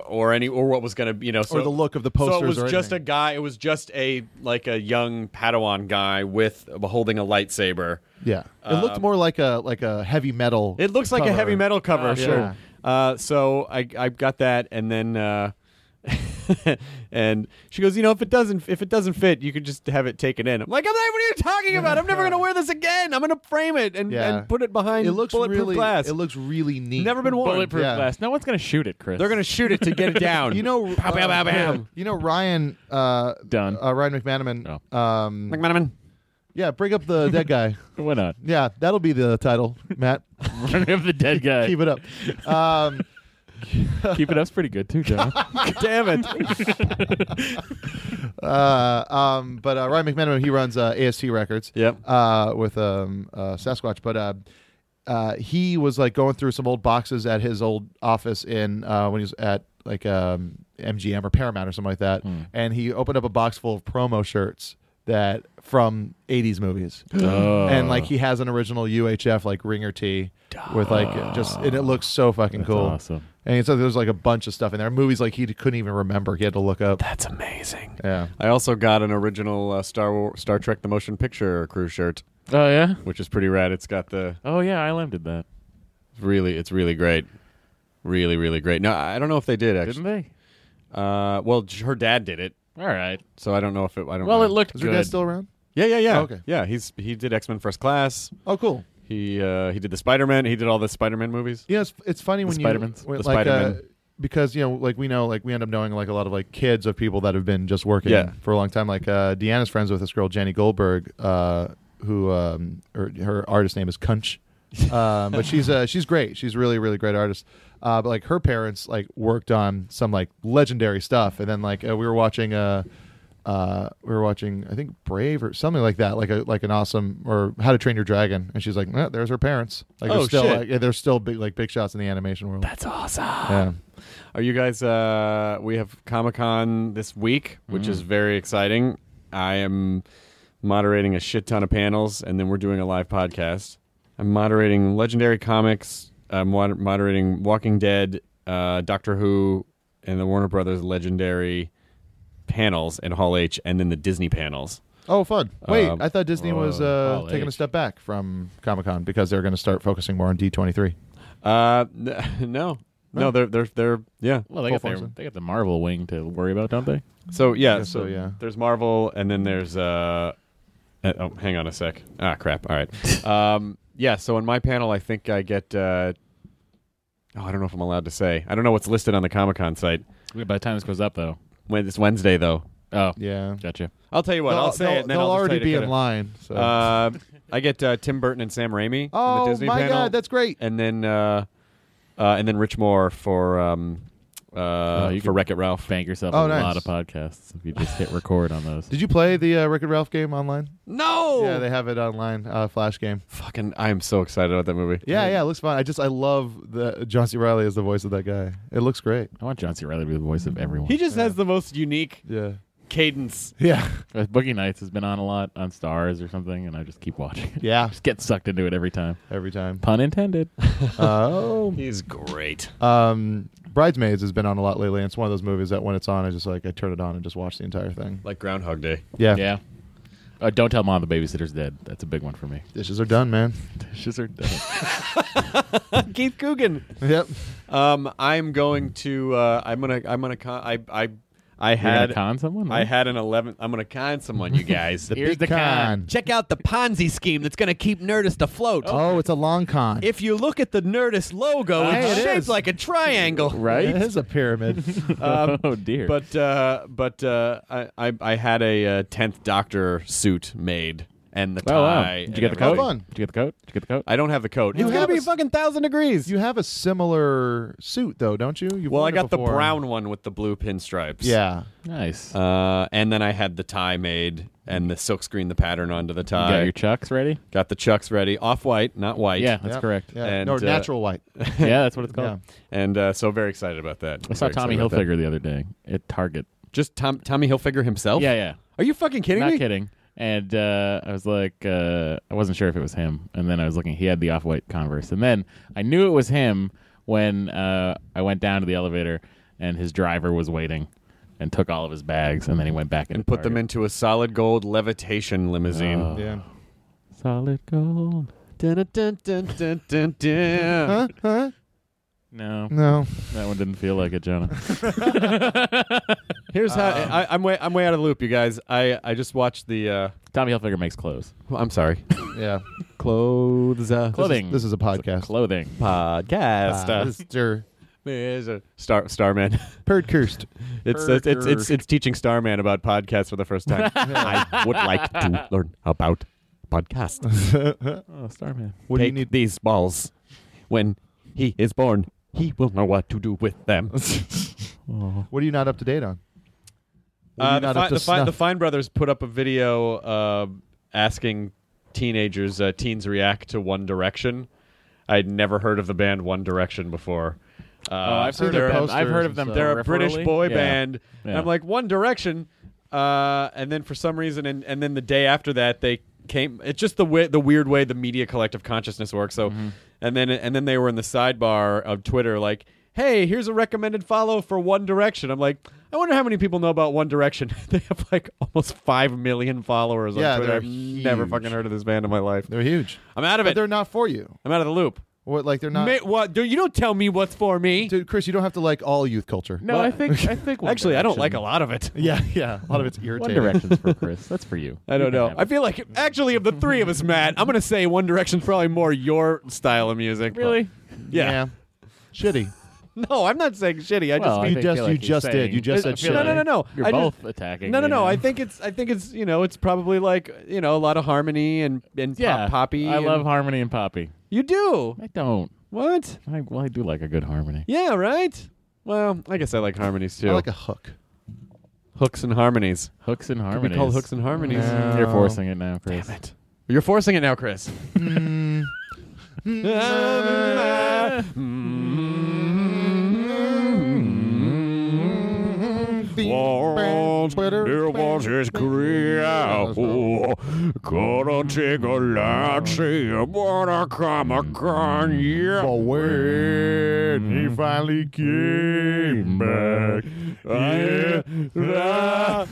Speaker 1: or any or what was going to be you know so,
Speaker 5: or the look of the posters.
Speaker 1: so it was
Speaker 5: or
Speaker 1: just a
Speaker 5: anything.
Speaker 1: guy it was just a like a young padawan guy with holding a lightsaber
Speaker 5: yeah. It looked
Speaker 1: um,
Speaker 5: more like a like a heavy metal.
Speaker 1: it looks like a
Speaker 5: cover.
Speaker 1: heavy metal cover
Speaker 4: Oh,
Speaker 1: sure
Speaker 5: yeah.
Speaker 1: uh, so I, I got that and then uh, [laughs] and she goes you know if it doesn't if it doesn't fit you could just have it taken in i'm like I'm not, what are you talking about i'm never going to wear this again i'm going to frame it and,
Speaker 5: Yeah.
Speaker 1: and put it behind
Speaker 5: It looks
Speaker 1: bulletproof
Speaker 5: really.
Speaker 1: glass
Speaker 5: It looks really neat.
Speaker 1: never
Speaker 5: [laughs]
Speaker 1: been worn
Speaker 4: Bulletproof
Speaker 5: Yeah.
Speaker 4: glass. No one's gonna shoot it, Chris.
Speaker 1: they're going to shoot it to get it down
Speaker 5: [laughs] You know,
Speaker 1: Pow, pow, pow,
Speaker 5: uh,
Speaker 1: bam.
Speaker 5: you know Ryan, uh,
Speaker 4: Done.
Speaker 5: uh, Ryan McManaman. Um,
Speaker 1: McManaman.
Speaker 5: yeah, bring up the
Speaker 1: [laughs]
Speaker 5: dead guy.
Speaker 4: Why [laughs] not?
Speaker 5: Yeah, that'll be the title, Matt.
Speaker 4: [laughs] Running up the dead guy.
Speaker 5: Keep it up.
Speaker 4: [laughs]
Speaker 5: Um,
Speaker 4: Keep it up's pretty good too, [laughs] John.
Speaker 1: damn it
Speaker 5: [laughs] uh, um, but uh, Ryan McManaman, he runs uh, AST Records.
Speaker 1: yep
Speaker 5: uh, with um, uh, Sasquatch, but uh, uh, he was like going through some old boxes at his old office in uh, when he was at like um, MGM or Paramount or something like that,
Speaker 4: Hmm.
Speaker 5: and he opened up a box full of promo shirts that from 80s movies
Speaker 4: Oh.
Speaker 5: and like he has an original UHF like ringer tee with like just and it looks so fucking
Speaker 4: That's
Speaker 5: cool
Speaker 4: awesome.
Speaker 5: and so there's like a bunch of stuff in there movies like he couldn't even remember he had to look up
Speaker 1: that's amazing
Speaker 5: yeah
Speaker 1: I also got an original uh, Star War- Star Trek the Motion Picture crew shirt,
Speaker 4: Oh yeah.
Speaker 1: which is pretty rad. It's got the
Speaker 4: Oh yeah. ILM did that,
Speaker 1: it's really it's really great. Really, really great. No, I don't know if they did actually.
Speaker 4: didn't they?
Speaker 1: Uh, well, j- her dad did it,
Speaker 4: All right.
Speaker 1: So I don't know if it. I don't.
Speaker 4: Well,
Speaker 1: know.
Speaker 4: it looked
Speaker 5: Is
Speaker 4: good.
Speaker 5: your guy still around?
Speaker 1: Yeah, yeah, yeah.
Speaker 5: Oh, okay.
Speaker 1: Yeah, he's he did X Men First Class.
Speaker 5: Oh, cool.
Speaker 1: He uh, he did the Spider Man. He did all the Spider Man movies.
Speaker 5: You know, it's, it's funny
Speaker 4: The
Speaker 5: when
Speaker 4: Spider-Mans.
Speaker 5: you when,
Speaker 1: The
Speaker 5: like uh,
Speaker 1: Spider-Man.
Speaker 5: because you know, like we know, like we end up knowing like a lot of like kids of people that have been just working
Speaker 1: Yeah.
Speaker 5: for a long time. Like uh, Deanna's friends with this girl Jenny Goldberg, uh, who um, her, her artist name is
Speaker 1: [laughs]
Speaker 5: Kunch, um, but she's uh, she's great. She's really really great artist. Uh, but like her parents like worked on some like legendary stuff, and then like uh, we were watching uh, uh, we were watching I think Brave or something like that, like a like an awesome or How to Train Your Dragon, and she's like, "Nah, there's her parents. Like
Speaker 1: Oh,
Speaker 5: they're still
Speaker 1: shit.
Speaker 5: like yeah, they're still big like big shots in the animation world.
Speaker 1: That's awesome.
Speaker 5: yeah.
Speaker 1: Are you guys? Uh, we have Comic Con this week, which is very exciting. I am moderating a shit ton of panels, and then we're doing a live podcast. I'm moderating Legendary Comics. I'm mod- moderating Walking Dead, uh, Doctor Who, and the Warner Brothers Legendary panels and Hall H, and then the Disney panels.
Speaker 5: Oh, fun! Wait,
Speaker 1: Um,
Speaker 5: I thought Disney was
Speaker 4: uh,
Speaker 5: uh, taking a
Speaker 4: H.
Speaker 5: step back from Comic Con because they're going to start focusing more on D twenty three.
Speaker 1: Uh, [laughs] n- no. No, they're they're they're yeah.
Speaker 4: Well, they
Speaker 5: Full
Speaker 4: got, their,
Speaker 5: function.
Speaker 4: they got the Marvel wing to worry about, don't they?
Speaker 1: So yeah,
Speaker 5: guess
Speaker 1: so,
Speaker 5: so, yeah.
Speaker 1: There's Marvel, and then there's uh, uh, oh, hang on a sec. Ah, crap. All
Speaker 5: [laughs]
Speaker 1: right. um, yeah. So on my panel, I think I get. Uh, oh, I don't know if I'm allowed to say. I don't know what's listed on the Comic Con site.
Speaker 4: By the time this goes up, though.
Speaker 1: When it's Wednesday though,
Speaker 4: Oh,
Speaker 5: Yeah,
Speaker 4: gotcha.
Speaker 1: I'll tell you what.
Speaker 5: They'll-
Speaker 1: I'll say
Speaker 5: they'll-
Speaker 1: it. And then I'll
Speaker 5: they'll
Speaker 1: just
Speaker 5: already
Speaker 1: tell
Speaker 5: be
Speaker 1: you to
Speaker 5: in line. So.
Speaker 1: cut it. Uh, I get uh, Tim Burton and Sam Raimi. in
Speaker 5: oh
Speaker 1: the Disney
Speaker 5: my
Speaker 1: panel,
Speaker 5: god, that's great!
Speaker 1: and then uh, uh, and then Rich Moore for um, uh,
Speaker 4: Oh, you
Speaker 1: for
Speaker 4: could-
Speaker 1: Wreck It Ralph.
Speaker 4: Bank yourself
Speaker 5: Oh,
Speaker 4: a
Speaker 5: nice.
Speaker 4: lot of podcasts if you just hit record on those.
Speaker 5: Did you play the uh, Rick and Ralph game online?
Speaker 1: No.
Speaker 5: Yeah, they have it online, uh, Flash game.
Speaker 1: Fucking, I am so excited about that movie.
Speaker 5: Yeah, yeah, it looks fun. I just I love the John C. Riley is the voice of that guy. It looks great.
Speaker 4: I want John C. Riley to be the voice of everyone.
Speaker 1: He just has the most unique
Speaker 5: Yeah,
Speaker 1: cadence. [laughs]
Speaker 5: yeah,
Speaker 4: Uh, Boogie Nights has been on a lot on Stars or something, and I just keep watching it. [laughs]
Speaker 5: yeah.
Speaker 4: Just get sucked into it every time.
Speaker 5: Every
Speaker 1: [laughs]
Speaker 5: time.
Speaker 4: Pun intended.
Speaker 5: Oh,
Speaker 1: He's great.
Speaker 5: um, Bridesmaids has been on a lot lately. And it's one of those movies that when it's on, I just like I turn it on and just watch the entire thing.
Speaker 1: Like Groundhog Day.
Speaker 5: Yeah,
Speaker 4: yeah. Uh, don't tell mom the babysitter's dead. That's a big
Speaker 1: [laughs]
Speaker 4: one for me.
Speaker 5: dishes are done, man.
Speaker 4: Dishes are done.
Speaker 1: [laughs] Keith Coogan.
Speaker 5: yep.
Speaker 1: Um, I'm going to. Uh, I'm gonna. I'm gonna. Con- I. I. I
Speaker 4: You're gonna
Speaker 1: had.
Speaker 4: con someone?
Speaker 1: I had an 11. I'm gonna con someone, you
Speaker 4: [laughs]
Speaker 1: guys.
Speaker 4: Here's
Speaker 5: big
Speaker 4: the con.
Speaker 5: con.
Speaker 1: Check out the Ponzi scheme that's gonna keep Nerdist afloat.
Speaker 5: Oh, it's a long con.
Speaker 1: If you look at the Nerdist logo,
Speaker 5: Hey,
Speaker 1: it's
Speaker 5: it
Speaker 1: shaped
Speaker 5: is.
Speaker 1: like a triangle.
Speaker 4: Ah, Right?
Speaker 5: It is a pyramid.
Speaker 1: [laughs]
Speaker 4: [laughs]
Speaker 1: Um,
Speaker 4: oh dear.
Speaker 1: but uh, but uh, I, I I had a uh, tenth Doctor suit made and the tie.
Speaker 4: oh wow. Did
Speaker 1: and
Speaker 4: you get the
Speaker 1: everything.
Speaker 4: coat?
Speaker 5: Hold on.
Speaker 4: Did you get the coat? Did you get the coat?
Speaker 1: I don't have the coat.
Speaker 5: You
Speaker 1: it's gonna
Speaker 5: have
Speaker 1: be
Speaker 5: a s-
Speaker 1: fucking thousand degrees.
Speaker 5: you have a similar suit though, don't you? You've
Speaker 1: well, I
Speaker 5: worn it
Speaker 1: got the
Speaker 5: before.
Speaker 1: brown one with the blue pinstripes.
Speaker 5: Yeah.
Speaker 4: Nice.
Speaker 1: Uh, and then I had the tie made and the silk screen the pattern onto the
Speaker 4: you
Speaker 1: tie.
Speaker 4: got your chucks ready?
Speaker 1: Got the chucks ready, off white, not white.
Speaker 4: Yeah, that's
Speaker 5: Yep.
Speaker 4: correct.
Speaker 5: Yeah.
Speaker 1: And,
Speaker 5: no,
Speaker 1: uh,
Speaker 5: natural white.
Speaker 4: [laughs] yeah, that's what it's
Speaker 5: Yeah.
Speaker 4: called.
Speaker 1: And uh, so very excited about that.
Speaker 4: I saw
Speaker 1: Very
Speaker 4: Tommy
Speaker 1: excited about
Speaker 4: Hilfiger the other day at Target.
Speaker 1: that. Just Tom, Tommy Hilfiger himself.
Speaker 4: Yeah, yeah.
Speaker 1: Are you fucking kidding
Speaker 4: Not
Speaker 1: me?
Speaker 4: kidding. And uh, I was like, uh, I wasn't sure if it was him. And then I was looking, he had the off white Converse. And then I knew it was him when uh, I went down to the elevator and his driver was waiting and took all of his bags. And then he went back
Speaker 1: And put them into a solid gold levitation limousine.
Speaker 4: Oh.
Speaker 5: Yeah.
Speaker 4: solid gold.
Speaker 1: Dun, dun, dun, dun, dun, dun.
Speaker 5: Huh? Huh?
Speaker 4: No,
Speaker 5: No.
Speaker 4: that one didn't feel like it, Jonah.
Speaker 1: [laughs] Here's how I, I'm way I'm way out of the loop, you guys. I, I just watched the. Uh,
Speaker 4: Tommy Hilfiger makes clothes.
Speaker 1: I'm sorry.
Speaker 5: Yeah.
Speaker 1: Clothes uh,
Speaker 4: Clothing.
Speaker 5: This is a podcast.
Speaker 4: clothing.
Speaker 1: podcast.
Speaker 5: Uh, Mr.
Speaker 1: There's a Star Starman. [laughs]
Speaker 5: Perdkurst.
Speaker 1: It's it's, it's it's it's teaching Starman about podcasts for the first
Speaker 5: [laughs]
Speaker 1: time. I would like to learn about podcasts.
Speaker 4: Oh, Starman.
Speaker 5: What do you
Speaker 1: Take
Speaker 5: need?
Speaker 1: these balls. When he is born, he will know what to do with them.
Speaker 5: What are you not up to date on? What are you
Speaker 1: Uh, the,
Speaker 5: not
Speaker 1: Fi-
Speaker 5: up to
Speaker 1: the, Fi- the
Speaker 5: snuff?
Speaker 1: Fine Brothers put up a video uh, asking teenagers, uh, teens react to One Direction. I'd never heard of the band One Direction before. Uh,
Speaker 4: Oh, I've
Speaker 5: seen
Speaker 4: heard
Speaker 5: their
Speaker 4: of them. I've
Speaker 5: posters
Speaker 4: heard
Speaker 5: and
Speaker 4: of them.
Speaker 5: stuff.
Speaker 1: they're a
Speaker 4: peripherally.
Speaker 1: British boy
Speaker 4: Yeah.
Speaker 1: band. And
Speaker 4: Yeah.
Speaker 1: I'm like One Direction, uh, and then for some reason, and, and then the day after that, they came. It's just the way, the weird way the media collective consciousness works. So, and then and then they were in the sidebar of Twitter, like, "Hey, here's a recommended follow for One Direction." I'm like. I wonder how many people know about One Direction. [laughs] they have like almost five million followers on
Speaker 5: Yeah,
Speaker 1: Twitter.
Speaker 5: they're
Speaker 1: I've never
Speaker 5: huge.
Speaker 1: fucking heard of this band in my life.
Speaker 5: They're huge.
Speaker 1: I'm out of
Speaker 5: But
Speaker 1: it.
Speaker 5: they're not for you.
Speaker 1: I'm out of the loop.
Speaker 5: What like they're not.
Speaker 1: Ma- what? Do you don't tell me what's for me?
Speaker 5: Dude, Chris, you don't have to like all youth culture.
Speaker 4: No, I think I [laughs] think One
Speaker 1: Actually, I don't like a
Speaker 4: Direction-
Speaker 1: lot of it.
Speaker 5: Yeah, [laughs] yeah. A lot of it's
Speaker 4: One
Speaker 5: irritating.
Speaker 4: Direction's for Chris. That's for you.
Speaker 1: I
Speaker 4: You
Speaker 1: don't
Speaker 4: can
Speaker 1: know.
Speaker 4: have
Speaker 1: I
Speaker 4: it.
Speaker 1: feel like actually of the three of us, Matt, I'm gonna say One Direction's probably more your style of music.
Speaker 4: really.
Speaker 1: Yeah.
Speaker 5: Shitty.
Speaker 1: [laughs] No, I'm not saying shitty. I
Speaker 4: Well,
Speaker 1: just
Speaker 4: I
Speaker 1: mean
Speaker 5: You
Speaker 4: think- feel
Speaker 5: just you
Speaker 4: like he's
Speaker 5: just
Speaker 4: saying-
Speaker 5: did. You just
Speaker 4: I
Speaker 5: said
Speaker 4: feel
Speaker 5: shit.
Speaker 1: no, no, no, no.
Speaker 4: You're
Speaker 1: I just-
Speaker 4: both attacking.
Speaker 1: No, no,
Speaker 4: me
Speaker 1: no.
Speaker 4: now.
Speaker 1: I think it's I think it's you know it's probably like you know a lot of harmony and and
Speaker 4: yeah,
Speaker 1: pop, poppy.
Speaker 4: I
Speaker 1: and-
Speaker 4: love harmony and poppy.
Speaker 1: you do
Speaker 4: I don't.
Speaker 1: what?
Speaker 4: I, well, I do like a good harmony.
Speaker 1: Yeah, right. Well, I guess I like harmonies too.
Speaker 5: I like a hook.
Speaker 1: hooks and harmonies.
Speaker 4: Hooks and
Speaker 1: Could
Speaker 4: harmonies.
Speaker 1: be called hooks and harmonies.
Speaker 5: No.
Speaker 4: You're forcing it now, Chris.
Speaker 1: Damn it. You're forcing it now, Chris.
Speaker 5: Mm. Once there was his creole,
Speaker 1: Gonna take a lot, see what I come across, yeah.
Speaker 5: But when he
Speaker 4: Mm.
Speaker 5: finally came back, yeah, that-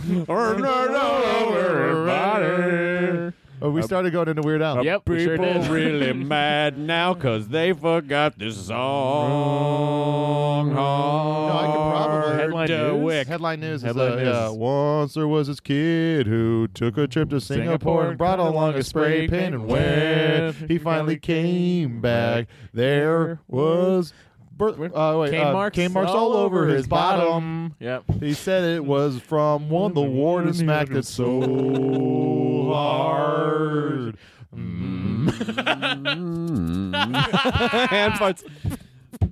Speaker 5: Oh, we started going into Weird Al.
Speaker 4: Yep, we sure
Speaker 1: People
Speaker 4: did.
Speaker 1: [laughs] really mad now because they forgot this song.
Speaker 5: No, I could probably-
Speaker 4: Headline
Speaker 1: to
Speaker 4: news?
Speaker 1: wick.
Speaker 5: Headline news
Speaker 4: Headline
Speaker 5: is uh, yeah,
Speaker 4: news.
Speaker 5: once there was this kid who took a trip to Singapore,
Speaker 4: Singapore
Speaker 5: and brought along a spray paint and when he finally came back, there was bir- uh, wait,
Speaker 4: Cane
Speaker 5: uh,
Speaker 4: marks,
Speaker 5: cane marks all over his bottom.
Speaker 4: Yep.
Speaker 5: He said it was from one the war to smack it so hard.
Speaker 1: [laughs] hand farts.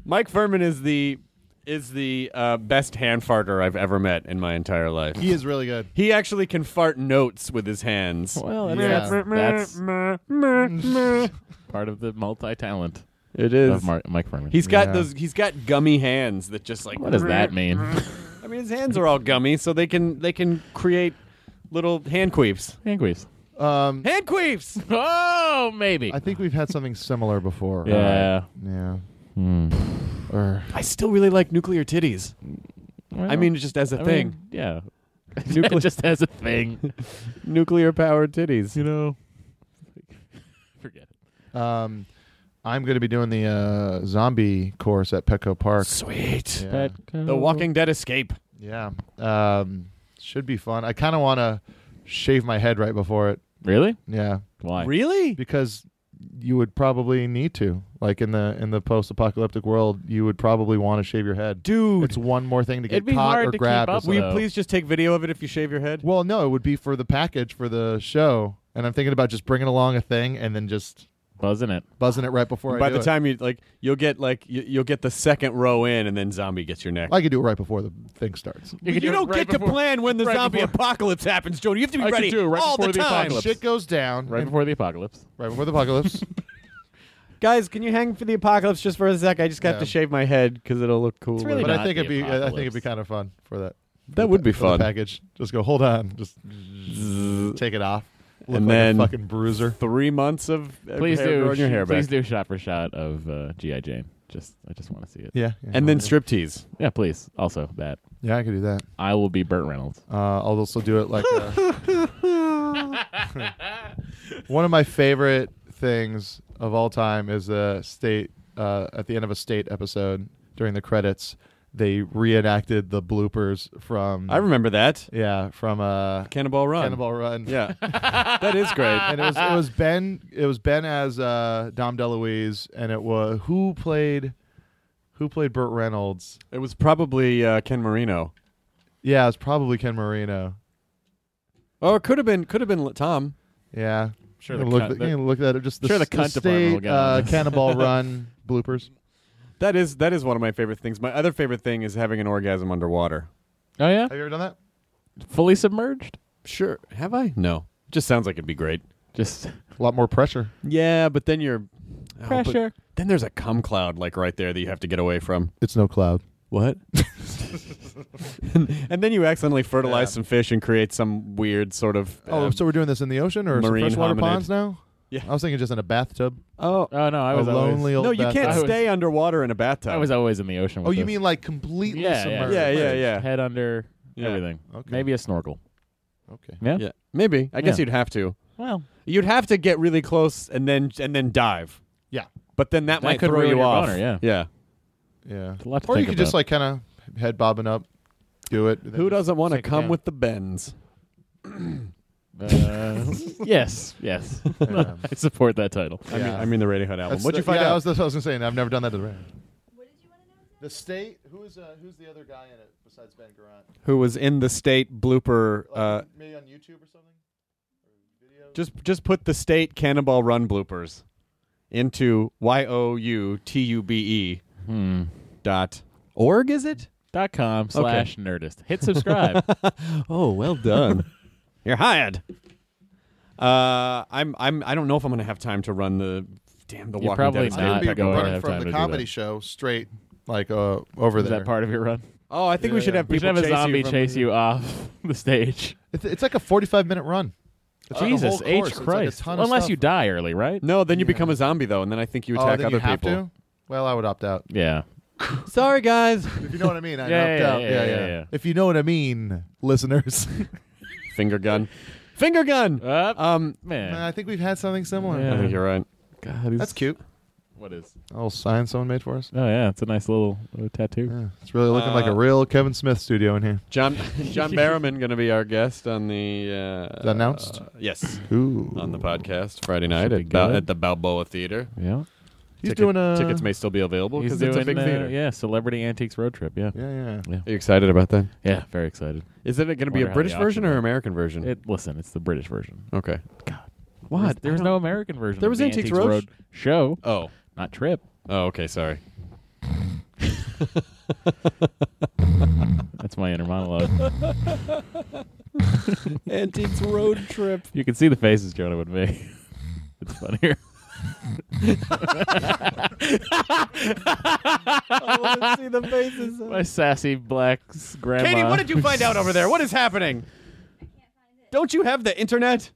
Speaker 1: Mike Furman is the is the uh, best hand farter I've ever met in my entire life.
Speaker 5: He is really good.
Speaker 1: He actually can fart notes with his hands.
Speaker 4: Well,
Speaker 5: that's-
Speaker 4: that's,
Speaker 5: Yeah. [laughs]
Speaker 4: that's part of the multi-talent
Speaker 1: It
Speaker 4: of Mar- Mike Furman.
Speaker 1: He's got
Speaker 5: Yeah.
Speaker 1: those. He's got gummy hands that just like.
Speaker 4: what does
Speaker 1: [laughs]
Speaker 4: that mean?
Speaker 1: I mean, his hands are all gummy, so they can they can create little hand queefs.
Speaker 4: Angries.
Speaker 5: Um,
Speaker 1: Hand queefs.
Speaker 4: Oh, maybe.
Speaker 5: I think we've had something similar before.
Speaker 4: yeah.
Speaker 5: Yeah.
Speaker 4: Hmm.
Speaker 5: Or
Speaker 1: I still really like nuclear titties.
Speaker 4: Well,
Speaker 1: I mean, just as a
Speaker 4: I
Speaker 1: thing,
Speaker 4: mean, yeah.
Speaker 1: [laughs]
Speaker 4: [laughs]
Speaker 1: Nuclear-
Speaker 4: just as
Speaker 1: [laughs]
Speaker 4: a thing.
Speaker 1: nuclear powered titties.
Speaker 4: you know. [laughs] Forget it.
Speaker 5: um, I'm going to be doing the uh, zombie course at Petco Park.
Speaker 1: Sweet. Mm.
Speaker 5: Yeah.
Speaker 1: The Walking Dead escape.
Speaker 5: Yeah. Um, should be fun. I kind of want to shave my head right before it.
Speaker 4: Really?
Speaker 5: Yeah,
Speaker 4: Why?
Speaker 1: Really?
Speaker 5: because you would probably need to. Like in the in the post-apocalyptic world, you would probably want to shave your head.
Speaker 1: Dude,
Speaker 5: It's one more thing to get
Speaker 4: It'd be
Speaker 5: caught
Speaker 4: hard to
Speaker 5: or
Speaker 4: keep
Speaker 5: grabbed.
Speaker 4: up
Speaker 5: It's
Speaker 1: will you
Speaker 4: So-
Speaker 1: please just take video of it if you shave your head?
Speaker 5: like- well, no, it would be for the package for the show, and I'm thinking about just bringing along a thing and then just
Speaker 4: Buzzing it.
Speaker 5: buzzing it right before. I
Speaker 1: By
Speaker 5: do
Speaker 1: the
Speaker 5: it.
Speaker 1: time you like, you'll get like you, you'll get the second row in, and then zombie gets your neck.
Speaker 5: I could do it right before the thing starts.
Speaker 1: you don't get to plan when the
Speaker 4: right
Speaker 1: zombie
Speaker 4: before-
Speaker 1: apocalypse happens, Jody. You have to be
Speaker 4: I could
Speaker 1: ready
Speaker 4: do it right
Speaker 1: all
Speaker 4: before
Speaker 1: the
Speaker 4: the
Speaker 1: time.
Speaker 4: apocalypse.
Speaker 5: Shit goes down
Speaker 4: Right
Speaker 5: and-
Speaker 4: before the apocalypse.
Speaker 5: right before the [laughs] apocalypse.
Speaker 1: Guys, can you hang for the apocalypse just for a sec? I just got
Speaker 5: Yeah.
Speaker 1: to shave my head because it'll look cool.
Speaker 4: really
Speaker 5: but I
Speaker 4: not
Speaker 5: think
Speaker 4: the
Speaker 5: it'd be I think it'd be
Speaker 4: apocalypse.
Speaker 5: kind of fun for that.
Speaker 1: that would be
Speaker 5: for the
Speaker 1: fun.
Speaker 5: package. Just go. Hold on. Just take it off. Look
Speaker 1: And
Speaker 5: like
Speaker 1: then-
Speaker 5: a fucking bruiser.
Speaker 1: Three months of uh,
Speaker 4: [laughs] Please
Speaker 1: hair
Speaker 4: do.
Speaker 1: growing your hair
Speaker 4: please
Speaker 1: back,
Speaker 4: do shot for shot of uh, GI Jane. Just I just want to see it.
Speaker 5: Yeah. yeah.
Speaker 1: and then striptease.
Speaker 4: Yeah, please. Also that
Speaker 5: yeah, I could do that.
Speaker 4: I will be Burt Reynolds.
Speaker 5: Uh, I'll also do it like a, one of my favorite things of all time is a state uh, at the end of a state episode during the credits. They reenacted the bloopers from
Speaker 1: I remember that
Speaker 5: yeah from uh,
Speaker 1: Cannonball Run.
Speaker 5: Cannonball Run.
Speaker 1: Yeah, that is great.
Speaker 5: and it was it was Ben it was Ben as uh, Dom DeLuise, and it was who played who played Burt Reynolds.
Speaker 1: It was probably uh, Ken Marino,
Speaker 5: Yeah, it's probably Ken Marino.
Speaker 1: or Oh, it could have been could have been Tom.
Speaker 5: Yeah,
Speaker 4: Sure,
Speaker 5: You
Speaker 4: the
Speaker 5: can look,
Speaker 4: cunt-
Speaker 5: you can look that up. Just the,
Speaker 4: sure the
Speaker 5: s- the
Speaker 4: cunt department will
Speaker 5: state
Speaker 4: get on
Speaker 5: uh,
Speaker 4: this. [laughs]
Speaker 5: Cannonball Run bloopers.
Speaker 1: That is that is one of my favorite things. My other favorite thing is having an orgasm underwater.
Speaker 4: Oh yeah,
Speaker 5: Have you ever done that?
Speaker 4: fully submerged.
Speaker 1: Sure, have I? No, just sounds like it'd be great.
Speaker 4: Just
Speaker 5: A lot more pressure.
Speaker 1: Yeah, but then you're oh, but
Speaker 4: pressure.
Speaker 1: then there's a cum cloud like right there that you have to get away from.
Speaker 5: It's no cloud.
Speaker 1: What? [laughs] and, and then you accidentally fertilize
Speaker 5: Yeah.
Speaker 1: some fish and create some weird sort of.
Speaker 5: [laughs] oh,
Speaker 1: um,
Speaker 5: so we're doing this in the ocean or some
Speaker 1: marine
Speaker 5: freshwater
Speaker 1: hominid.
Speaker 5: ponds now?
Speaker 1: Yeah.
Speaker 5: I was thinking just in a bathtub.
Speaker 1: oh,
Speaker 4: oh no, I was
Speaker 5: a
Speaker 4: always,
Speaker 5: lonely old
Speaker 1: no, you
Speaker 5: bathtub.
Speaker 1: can't
Speaker 4: I was-
Speaker 1: stay underwater in a bathtub.
Speaker 4: I was always in the ocean.
Speaker 5: Oh,
Speaker 4: With
Speaker 5: you
Speaker 4: this.
Speaker 5: mean like completely
Speaker 4: yeah,
Speaker 5: submerged?
Speaker 1: Yeah, yeah, yeah.
Speaker 4: Head under
Speaker 1: Yeah.
Speaker 4: everything.
Speaker 5: Okay.
Speaker 4: Maybe a snorkel.
Speaker 5: Okay.
Speaker 4: Yeah.
Speaker 1: yeah, maybe. I guess
Speaker 4: Yeah.
Speaker 1: you'd have to.
Speaker 4: Well,
Speaker 1: You'd have to get really close and then and then dive.
Speaker 5: Yeah.
Speaker 1: But then that,
Speaker 4: That
Speaker 1: might
Speaker 4: could
Speaker 1: throw
Speaker 4: ruin
Speaker 1: you
Speaker 4: your
Speaker 1: off.
Speaker 4: boner, yeah.
Speaker 1: yeah.
Speaker 5: Yeah.
Speaker 4: a lot to
Speaker 5: or you
Speaker 4: think
Speaker 5: could just
Speaker 4: about.
Speaker 5: like kind of head bobbing up, do it. and then
Speaker 1: Who
Speaker 5: just
Speaker 1: doesn't want to
Speaker 5: sink it
Speaker 1: come
Speaker 5: down.
Speaker 1: with the bends?
Speaker 4: Uh, [laughs] yes,
Speaker 5: [laughs]
Speaker 4: yes.
Speaker 5: Yeah.
Speaker 4: I support [laughs] that title.
Speaker 1: I mean,
Speaker 5: Yeah.
Speaker 1: I mean the Radiohead album.
Speaker 5: That's
Speaker 1: What'd
Speaker 5: the-
Speaker 1: you find
Speaker 5: yeah,
Speaker 1: out?
Speaker 5: I was, [laughs] that's what I was gonna say. and I've never done that to the band. The state. Who is uh, who's the other guy in it besides Ben Garant?
Speaker 1: Who was in the state blooper? Uh,
Speaker 5: maybe on YouTube or something. Or video.
Speaker 1: just just put the state Cannonball Run bloopers into y o u t u b e
Speaker 4: Hmm.
Speaker 1: dot org. Is it?
Speaker 4: Dot com slash nerdist. Hit subscribe.
Speaker 1: [laughs] Oh, well done. You're hired. Uh, I'm I'm I don't know if I'm gonna have time to run the damn the
Speaker 4: You're
Speaker 1: Walking
Speaker 4: probably
Speaker 1: Dead.
Speaker 5: I
Speaker 4: not
Speaker 5: would be
Speaker 4: go ahead
Speaker 5: running
Speaker 4: have time
Speaker 5: from
Speaker 4: to
Speaker 5: the
Speaker 4: do
Speaker 5: comedy
Speaker 4: that.
Speaker 5: show straight like uh, over
Speaker 4: Is
Speaker 5: there.
Speaker 4: that part of your run?
Speaker 1: Oh, I think we
Speaker 5: Yeah,
Speaker 1: should
Speaker 5: yeah.
Speaker 1: have
Speaker 4: We
Speaker 1: people
Speaker 4: should have a
Speaker 1: chase
Speaker 4: zombie
Speaker 1: you from-
Speaker 4: chase you off [laughs] the stage.
Speaker 5: It's, it's like a forty-five minute run. It's like a
Speaker 4: Jesus
Speaker 5: whole
Speaker 4: H
Speaker 5: course. It's like a
Speaker 4: Christ!
Speaker 5: ton of
Speaker 4: Unless
Speaker 5: stuff.
Speaker 4: you die early, right?
Speaker 1: No, then you become a zombie though, and then I think you
Speaker 5: oh,
Speaker 1: attack
Speaker 5: then
Speaker 1: other
Speaker 5: you have
Speaker 1: people.
Speaker 5: to. Well, I would opt out.
Speaker 4: Yeah.
Speaker 1: Sorry, guys.
Speaker 5: If you know what I mean,
Speaker 4: [laughs]
Speaker 5: I
Speaker 4: Yeah,
Speaker 5: opt
Speaker 4: yeah,
Speaker 5: out.
Speaker 4: yeah,
Speaker 5: yeah,
Speaker 4: yeah, yeah.
Speaker 5: If you know what I mean, [laughs] listeners.
Speaker 1: [laughs] Finger [laughs] gun. Finger gun.
Speaker 4: Uh,
Speaker 1: Um,
Speaker 5: Man,
Speaker 4: man.
Speaker 5: I think we've had something similar.
Speaker 4: Yeah.
Speaker 1: I think you're right.
Speaker 4: God,
Speaker 5: That's cute.
Speaker 4: What is?
Speaker 5: A little sign someone made for us.
Speaker 4: Oh yeah, it's a nice little, little tattoo.
Speaker 5: Yeah, it's really looking like
Speaker 1: Uh,
Speaker 5: a real Kevin Smith studio in here.
Speaker 1: John
Speaker 4: [laughs]
Speaker 1: John Barrowman going to be our guest on the uh,
Speaker 5: Is that announced?
Speaker 1: yes,
Speaker 5: Ooh,
Speaker 1: on the podcast Friday night
Speaker 4: Should be
Speaker 1: at, Bal-
Speaker 4: good.
Speaker 1: at the Balboa Theater.
Speaker 4: Yeah.
Speaker 5: He's
Speaker 1: Ticket-
Speaker 5: doing uh, a
Speaker 1: tickets may still be available
Speaker 4: He's
Speaker 1: because
Speaker 4: doing
Speaker 1: it's a big
Speaker 4: uh,
Speaker 1: theater.
Speaker 4: yeah, celebrity antiques road trip. Yeah.
Speaker 5: Yeah, yeah.
Speaker 1: Are you excited about that?
Speaker 4: Yeah. Very excited.
Speaker 1: Is it going to be
Speaker 4: Wonder
Speaker 1: a
Speaker 4: how
Speaker 1: British
Speaker 4: the
Speaker 1: version
Speaker 4: auction
Speaker 1: or
Speaker 4: went.
Speaker 1: American version?
Speaker 4: It listen, it's the British version.
Speaker 1: okay.
Speaker 4: God.
Speaker 1: What?
Speaker 4: There's- There was
Speaker 1: I
Speaker 4: no American version.
Speaker 1: There
Speaker 4: of
Speaker 1: was
Speaker 4: the
Speaker 1: Antiques
Speaker 4: Antiques
Speaker 1: Road-
Speaker 4: Road show,
Speaker 1: Oh.
Speaker 4: not trip.
Speaker 1: Oh. Okay. Sorry.
Speaker 4: That's my inner monologue.
Speaker 1: Antiques road trip.
Speaker 4: you can see the faces Jonah would make. [laughs] it's funnier.
Speaker 1: I want to see the faces.
Speaker 4: my sassy black s- grandma.
Speaker 1: [laughs] Katie, what did you find out over there? What is happening? Don't you have the internet?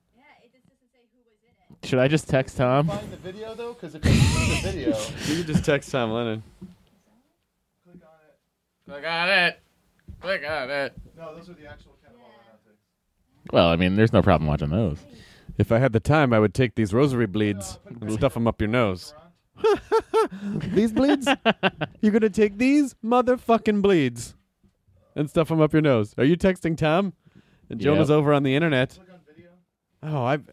Speaker 4: [laughs] Should I just text Tom?
Speaker 5: Find the video though, because if you see the video,
Speaker 1: You can just text Tom Lennon.
Speaker 4: Click on it. Click on it.
Speaker 5: no, those are the actual catalog.
Speaker 4: Well, I mean, there's no problem watching those.
Speaker 1: If I had the time, I would take these rosary bleeds and [laughs] stuff them up your nose. [laughs] these bleeds? You're going to take these motherfucking bleeds and stuff them up your nose. Are you texting Tom? And Jonah's
Speaker 4: Yep.
Speaker 1: over on the internet. Oh, I've,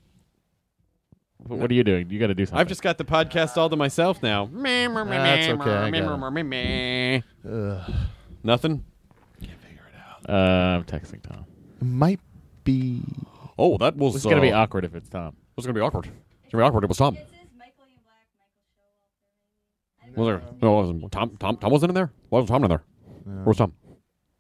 Speaker 4: But what are you doing? You got to do something.
Speaker 1: I've just got the podcast all to myself now.
Speaker 5: That's okay. I got
Speaker 1: Nothing?
Speaker 5: it. Ugh.
Speaker 4: Uh, I'm texting Tom.
Speaker 5: Might be.
Speaker 1: Oh, that was
Speaker 4: It's gonna be awkward if it's Tom.
Speaker 1: was gonna be awkward. It's gonna be awkward. It was Tom. Was there? No, it wasn't. Tom. Tom. Tom wasn't in there. Why was Tom in there?
Speaker 5: No.
Speaker 1: Where's Tom?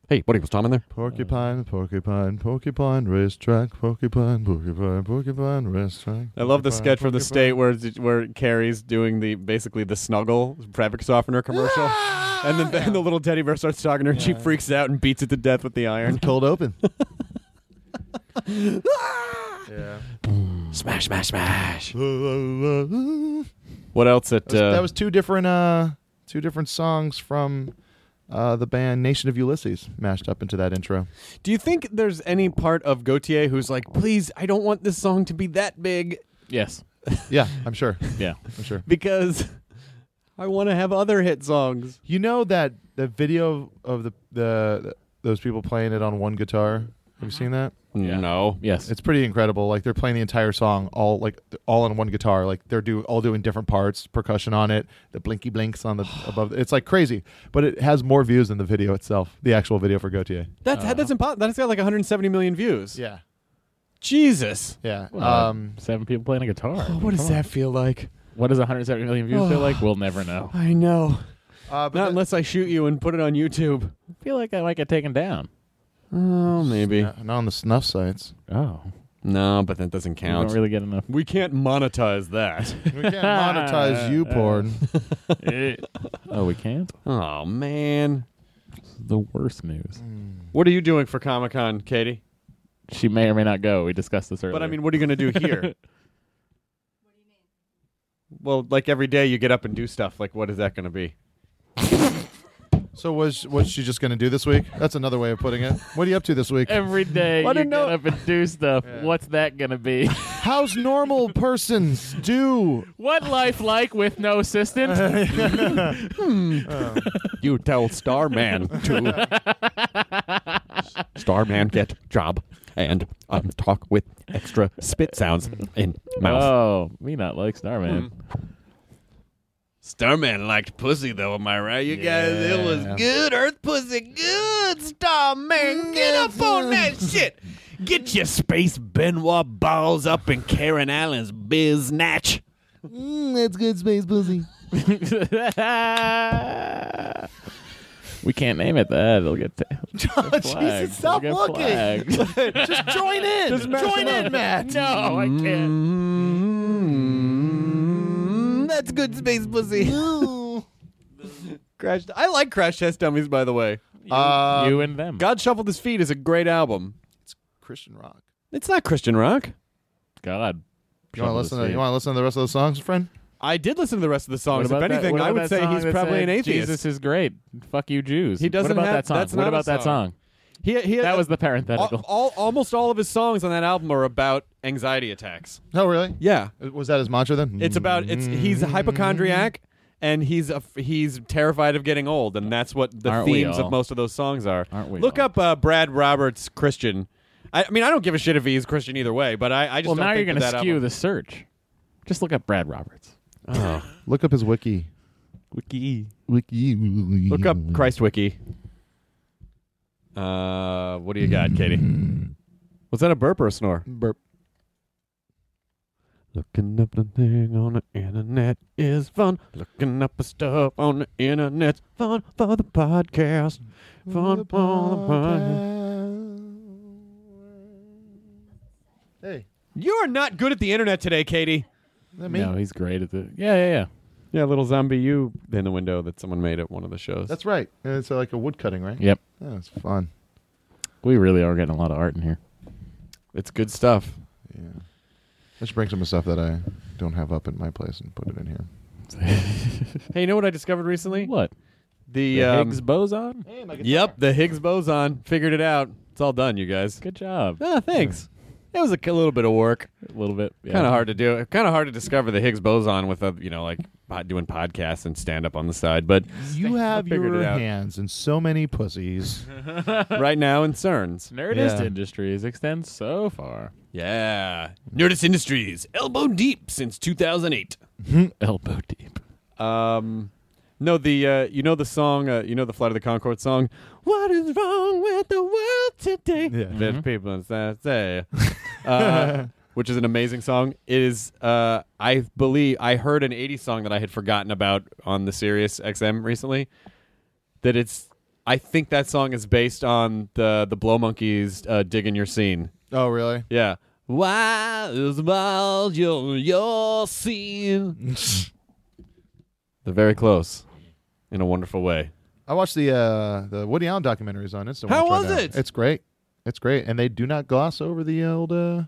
Speaker 1: Hey, buddy, was Tom in there?
Speaker 5: Porcupine, porcupine, porcupine, racetrack, porcupine, porcupine, porcupine, racetrack.
Speaker 1: I love the
Speaker 5: porcupine,
Speaker 1: sketch from the
Speaker 5: porcupine.
Speaker 1: state where where Carrie's doing the basically the snuggle fabric softener commercial, [laughs]
Speaker 5: Ah!
Speaker 1: and then, then the little teddy bear starts talking to her, and she freaks out and beats it to death with the [laughs] iron.
Speaker 5: Cold open. yeah.
Speaker 1: Mm. smash, smash, smash.
Speaker 5: That
Speaker 1: What else? At
Speaker 5: was,
Speaker 1: uh,
Speaker 5: that was two different uh two different songs from uh the band Nation of Ulysses mashed up into that intro.
Speaker 1: do you think there's any part of Gautier who's like, please, I don't want this song to be that big
Speaker 4: Yes.
Speaker 5: Yeah, I'm sure.
Speaker 4: Yeah.
Speaker 5: I'm sure.
Speaker 1: because [laughs] I want to have other hit songs.
Speaker 5: You know that the video of the the those people playing it on one guitar. Have you seen that?
Speaker 4: Yeah.
Speaker 1: No.
Speaker 4: Yes.
Speaker 5: It's pretty incredible. Like they're playing the entire song all like all on one guitar. Like they're do all doing different parts, percussion on it, the blinky blinks [sighs] on the above. It's like crazy, but it has more views than the video itself, the actual video for Gautier.
Speaker 1: That's that's impossible. That's got like 170 million views.
Speaker 5: Yeah,
Speaker 1: Jesus.
Speaker 5: yeah.
Speaker 4: Well,
Speaker 5: um,
Speaker 4: seven people playing a guitar.
Speaker 1: what does that feel like?
Speaker 4: What does 170 million views feel [sighs] like? We'll never know.
Speaker 1: I know.
Speaker 5: uh, but
Speaker 1: Not
Speaker 5: the-
Speaker 1: unless I shoot you and put it on YouTube.
Speaker 4: I feel like I might get taken down.
Speaker 1: Oh, maybe.
Speaker 5: yeah, not on the snuff sites.
Speaker 4: Oh,
Speaker 1: No, but that doesn't
Speaker 4: I don't
Speaker 1: count.
Speaker 4: really get enough.
Speaker 1: we can't monetize [laughs] that.
Speaker 5: We can't [laughs]
Speaker 4: [laughs]
Speaker 5: monetize you porn.
Speaker 4: oh, we can't.
Speaker 1: oh man.
Speaker 4: The worst news.
Speaker 1: What are you doing for Comic Con, Katie?
Speaker 4: She may or may not go. We discussed this earlier.
Speaker 1: But I mean, what are you going to do [laughs] here? well, like every day you get up and do stuff. Like, what is that going to be?
Speaker 5: So was was she just going to do this week? That's another way of putting it. What are you up to this week?
Speaker 4: [laughs] Every day
Speaker 1: I don't
Speaker 4: you get
Speaker 1: know.
Speaker 4: up and do stuff. What's that gonna be? [laughs]
Speaker 5: How's normal persons do?
Speaker 4: what life like with no
Speaker 5: [laughs]
Speaker 4: assistant?
Speaker 1: You tell Starman [laughs] to Starman get job and um, talk with extra spit sounds in mouth.
Speaker 4: oh, me not like Starman.
Speaker 1: Starman liked pussy though, am I right? You guys, it
Speaker 5: Yeah.
Speaker 1: was good. Earth pussy, good. Starman, get up on that
Speaker 5: [laughs]
Speaker 1: shit. Get your space Benoit balls up in Karen Allen's biz natch.
Speaker 5: Mm, that's good space pussy. Mm-hmm.
Speaker 4: [laughs] we can't name it that. It'll get.
Speaker 5: [laughs]
Speaker 4: T- flagged.
Speaker 5: Jesus, stop
Speaker 4: It'll get
Speaker 5: looking.
Speaker 4: flagged.
Speaker 5: Just join in. [laughs] join in, Matt.
Speaker 4: [laughs]
Speaker 5: Mm-hmm.
Speaker 4: no, I can't.
Speaker 5: Mm,
Speaker 1: that's good space [laughs] pussy.
Speaker 5: No.
Speaker 1: Crash. I like Crash Test Dummies, by the way.
Speaker 5: Uh,
Speaker 4: you and them.
Speaker 1: God Shuffled His Feet is a great album.
Speaker 5: Christian rock.
Speaker 1: It's not Christian rock.
Speaker 4: God.
Speaker 5: You want to
Speaker 4: Trouble
Speaker 5: listen?
Speaker 4: to
Speaker 5: To,
Speaker 4: see.
Speaker 5: you want to listen to the rest of those songs, friend?
Speaker 1: I did listen to the rest of the
Speaker 4: What
Speaker 1: songs. If
Speaker 4: about that-
Speaker 1: anything,
Speaker 4: what
Speaker 1: I
Speaker 4: about
Speaker 1: would
Speaker 4: that
Speaker 1: say
Speaker 4: song
Speaker 1: he's
Speaker 4: that
Speaker 1: probably
Speaker 4: said,
Speaker 1: an atheist.
Speaker 4: Jesus is great. Fuck you, Jews.
Speaker 1: He doesn't
Speaker 4: What about
Speaker 1: have-
Speaker 4: that song?
Speaker 1: that's
Speaker 4: what
Speaker 1: not a
Speaker 4: about that
Speaker 1: song.
Speaker 4: song?
Speaker 1: he, he,
Speaker 4: That was the
Speaker 1: all,
Speaker 4: parenthetical.
Speaker 1: all- almost all of his songs on that album are about anxiety attacks.
Speaker 5: No, really.
Speaker 1: Yeah,
Speaker 5: Uh, Was that his mantra then?
Speaker 1: it's about it's he's a hypochondriac and he's a, he's terrified of getting old, and that's what the
Speaker 4: Aren't we
Speaker 1: themes
Speaker 4: all?
Speaker 1: of most of those songs are.
Speaker 4: Aren't we
Speaker 1: Look
Speaker 4: all?
Speaker 1: up uh, Brad Roberts Christian. I, I mean, I don't give a shit if he's Christian either way, but I, I just
Speaker 4: well,
Speaker 1: don't
Speaker 4: now you're
Speaker 1: think
Speaker 4: going to
Speaker 1: that that
Speaker 4: skew
Speaker 1: album-
Speaker 4: the search. Just look up Brad Roberts.
Speaker 5: Mm. Look up his wiki.
Speaker 4: [coughs] Wiki.
Speaker 5: Wiki.
Speaker 1: Look up Christ Wiki. Uh, what do you got,
Speaker 5: [clears throat]
Speaker 1: Katie? Was that a burp or a snore?
Speaker 5: Mm. Burp.
Speaker 1: Looking up the thing on the internet is fun. Looking up the stuff on the internet's fun for the podcast. Fun for the podcast.
Speaker 5: Hey,
Speaker 1: You are not good at the internet today, Katie.
Speaker 5: is that me?
Speaker 4: No, he's great at the. Yeah, yeah, yeah.
Speaker 1: Yeah, little zombie you in the window that someone made at one of the shows.
Speaker 5: That's right. And It's uh, like a wood cutting, right?
Speaker 4: Yep.
Speaker 5: Yeah, it's fun.
Speaker 4: We really are getting a lot of art in here.
Speaker 1: it's good stuff.
Speaker 5: Yeah. I should bring some of the stuff that I don't have up at my place and put it in here.
Speaker 1: Hey, you know what I discovered recently?
Speaker 4: What?
Speaker 1: The,
Speaker 4: The
Speaker 1: um,
Speaker 4: Higgs boson?
Speaker 1: Yep, the Higgs boson. Figured it out. It's all done, you guys.
Speaker 4: Good job.
Speaker 1: Ah, thanks. It was a c- little bit of work.
Speaker 4: A little bit. Yeah.
Speaker 1: Kind of hard to do. Kind of hard to discover the Higgs boson with a you know like pod- doing podcasts and stand up on the side. But
Speaker 5: You have
Speaker 1: figured
Speaker 5: your
Speaker 1: it out.
Speaker 5: hands in so many pussies.
Speaker 1: [laughs] right now in CERN's.
Speaker 4: Nerdist
Speaker 5: Yeah.
Speaker 4: Industries extends so far.
Speaker 1: Yeah, Nerdist Industries, elbow deep since 2008.
Speaker 4: Elbow deep.
Speaker 1: Um, no, the uh, you know the song, uh, you know the Flight of the Concord song. What is wrong with the world today?
Speaker 5: Yeah.
Speaker 1: There's people in that say, uh, which is an amazing song. It is uh, I believe I heard an '80s song that I had forgotten about on the Sirius XM recently. That it's I think that song is based on the the Blow Monkeys uh, "Digging Your Scene."
Speaker 5: [laughs] oh, really?
Speaker 1: Yeah. Why is about your your scene? They're very close, in a wonderful way.
Speaker 5: I watched the uh, the Woody Allen documentaries on Instant.
Speaker 1: How
Speaker 5: Watch
Speaker 1: was
Speaker 5: right now.
Speaker 1: it?
Speaker 5: It's great. It's great, and they do not gloss over the old uh,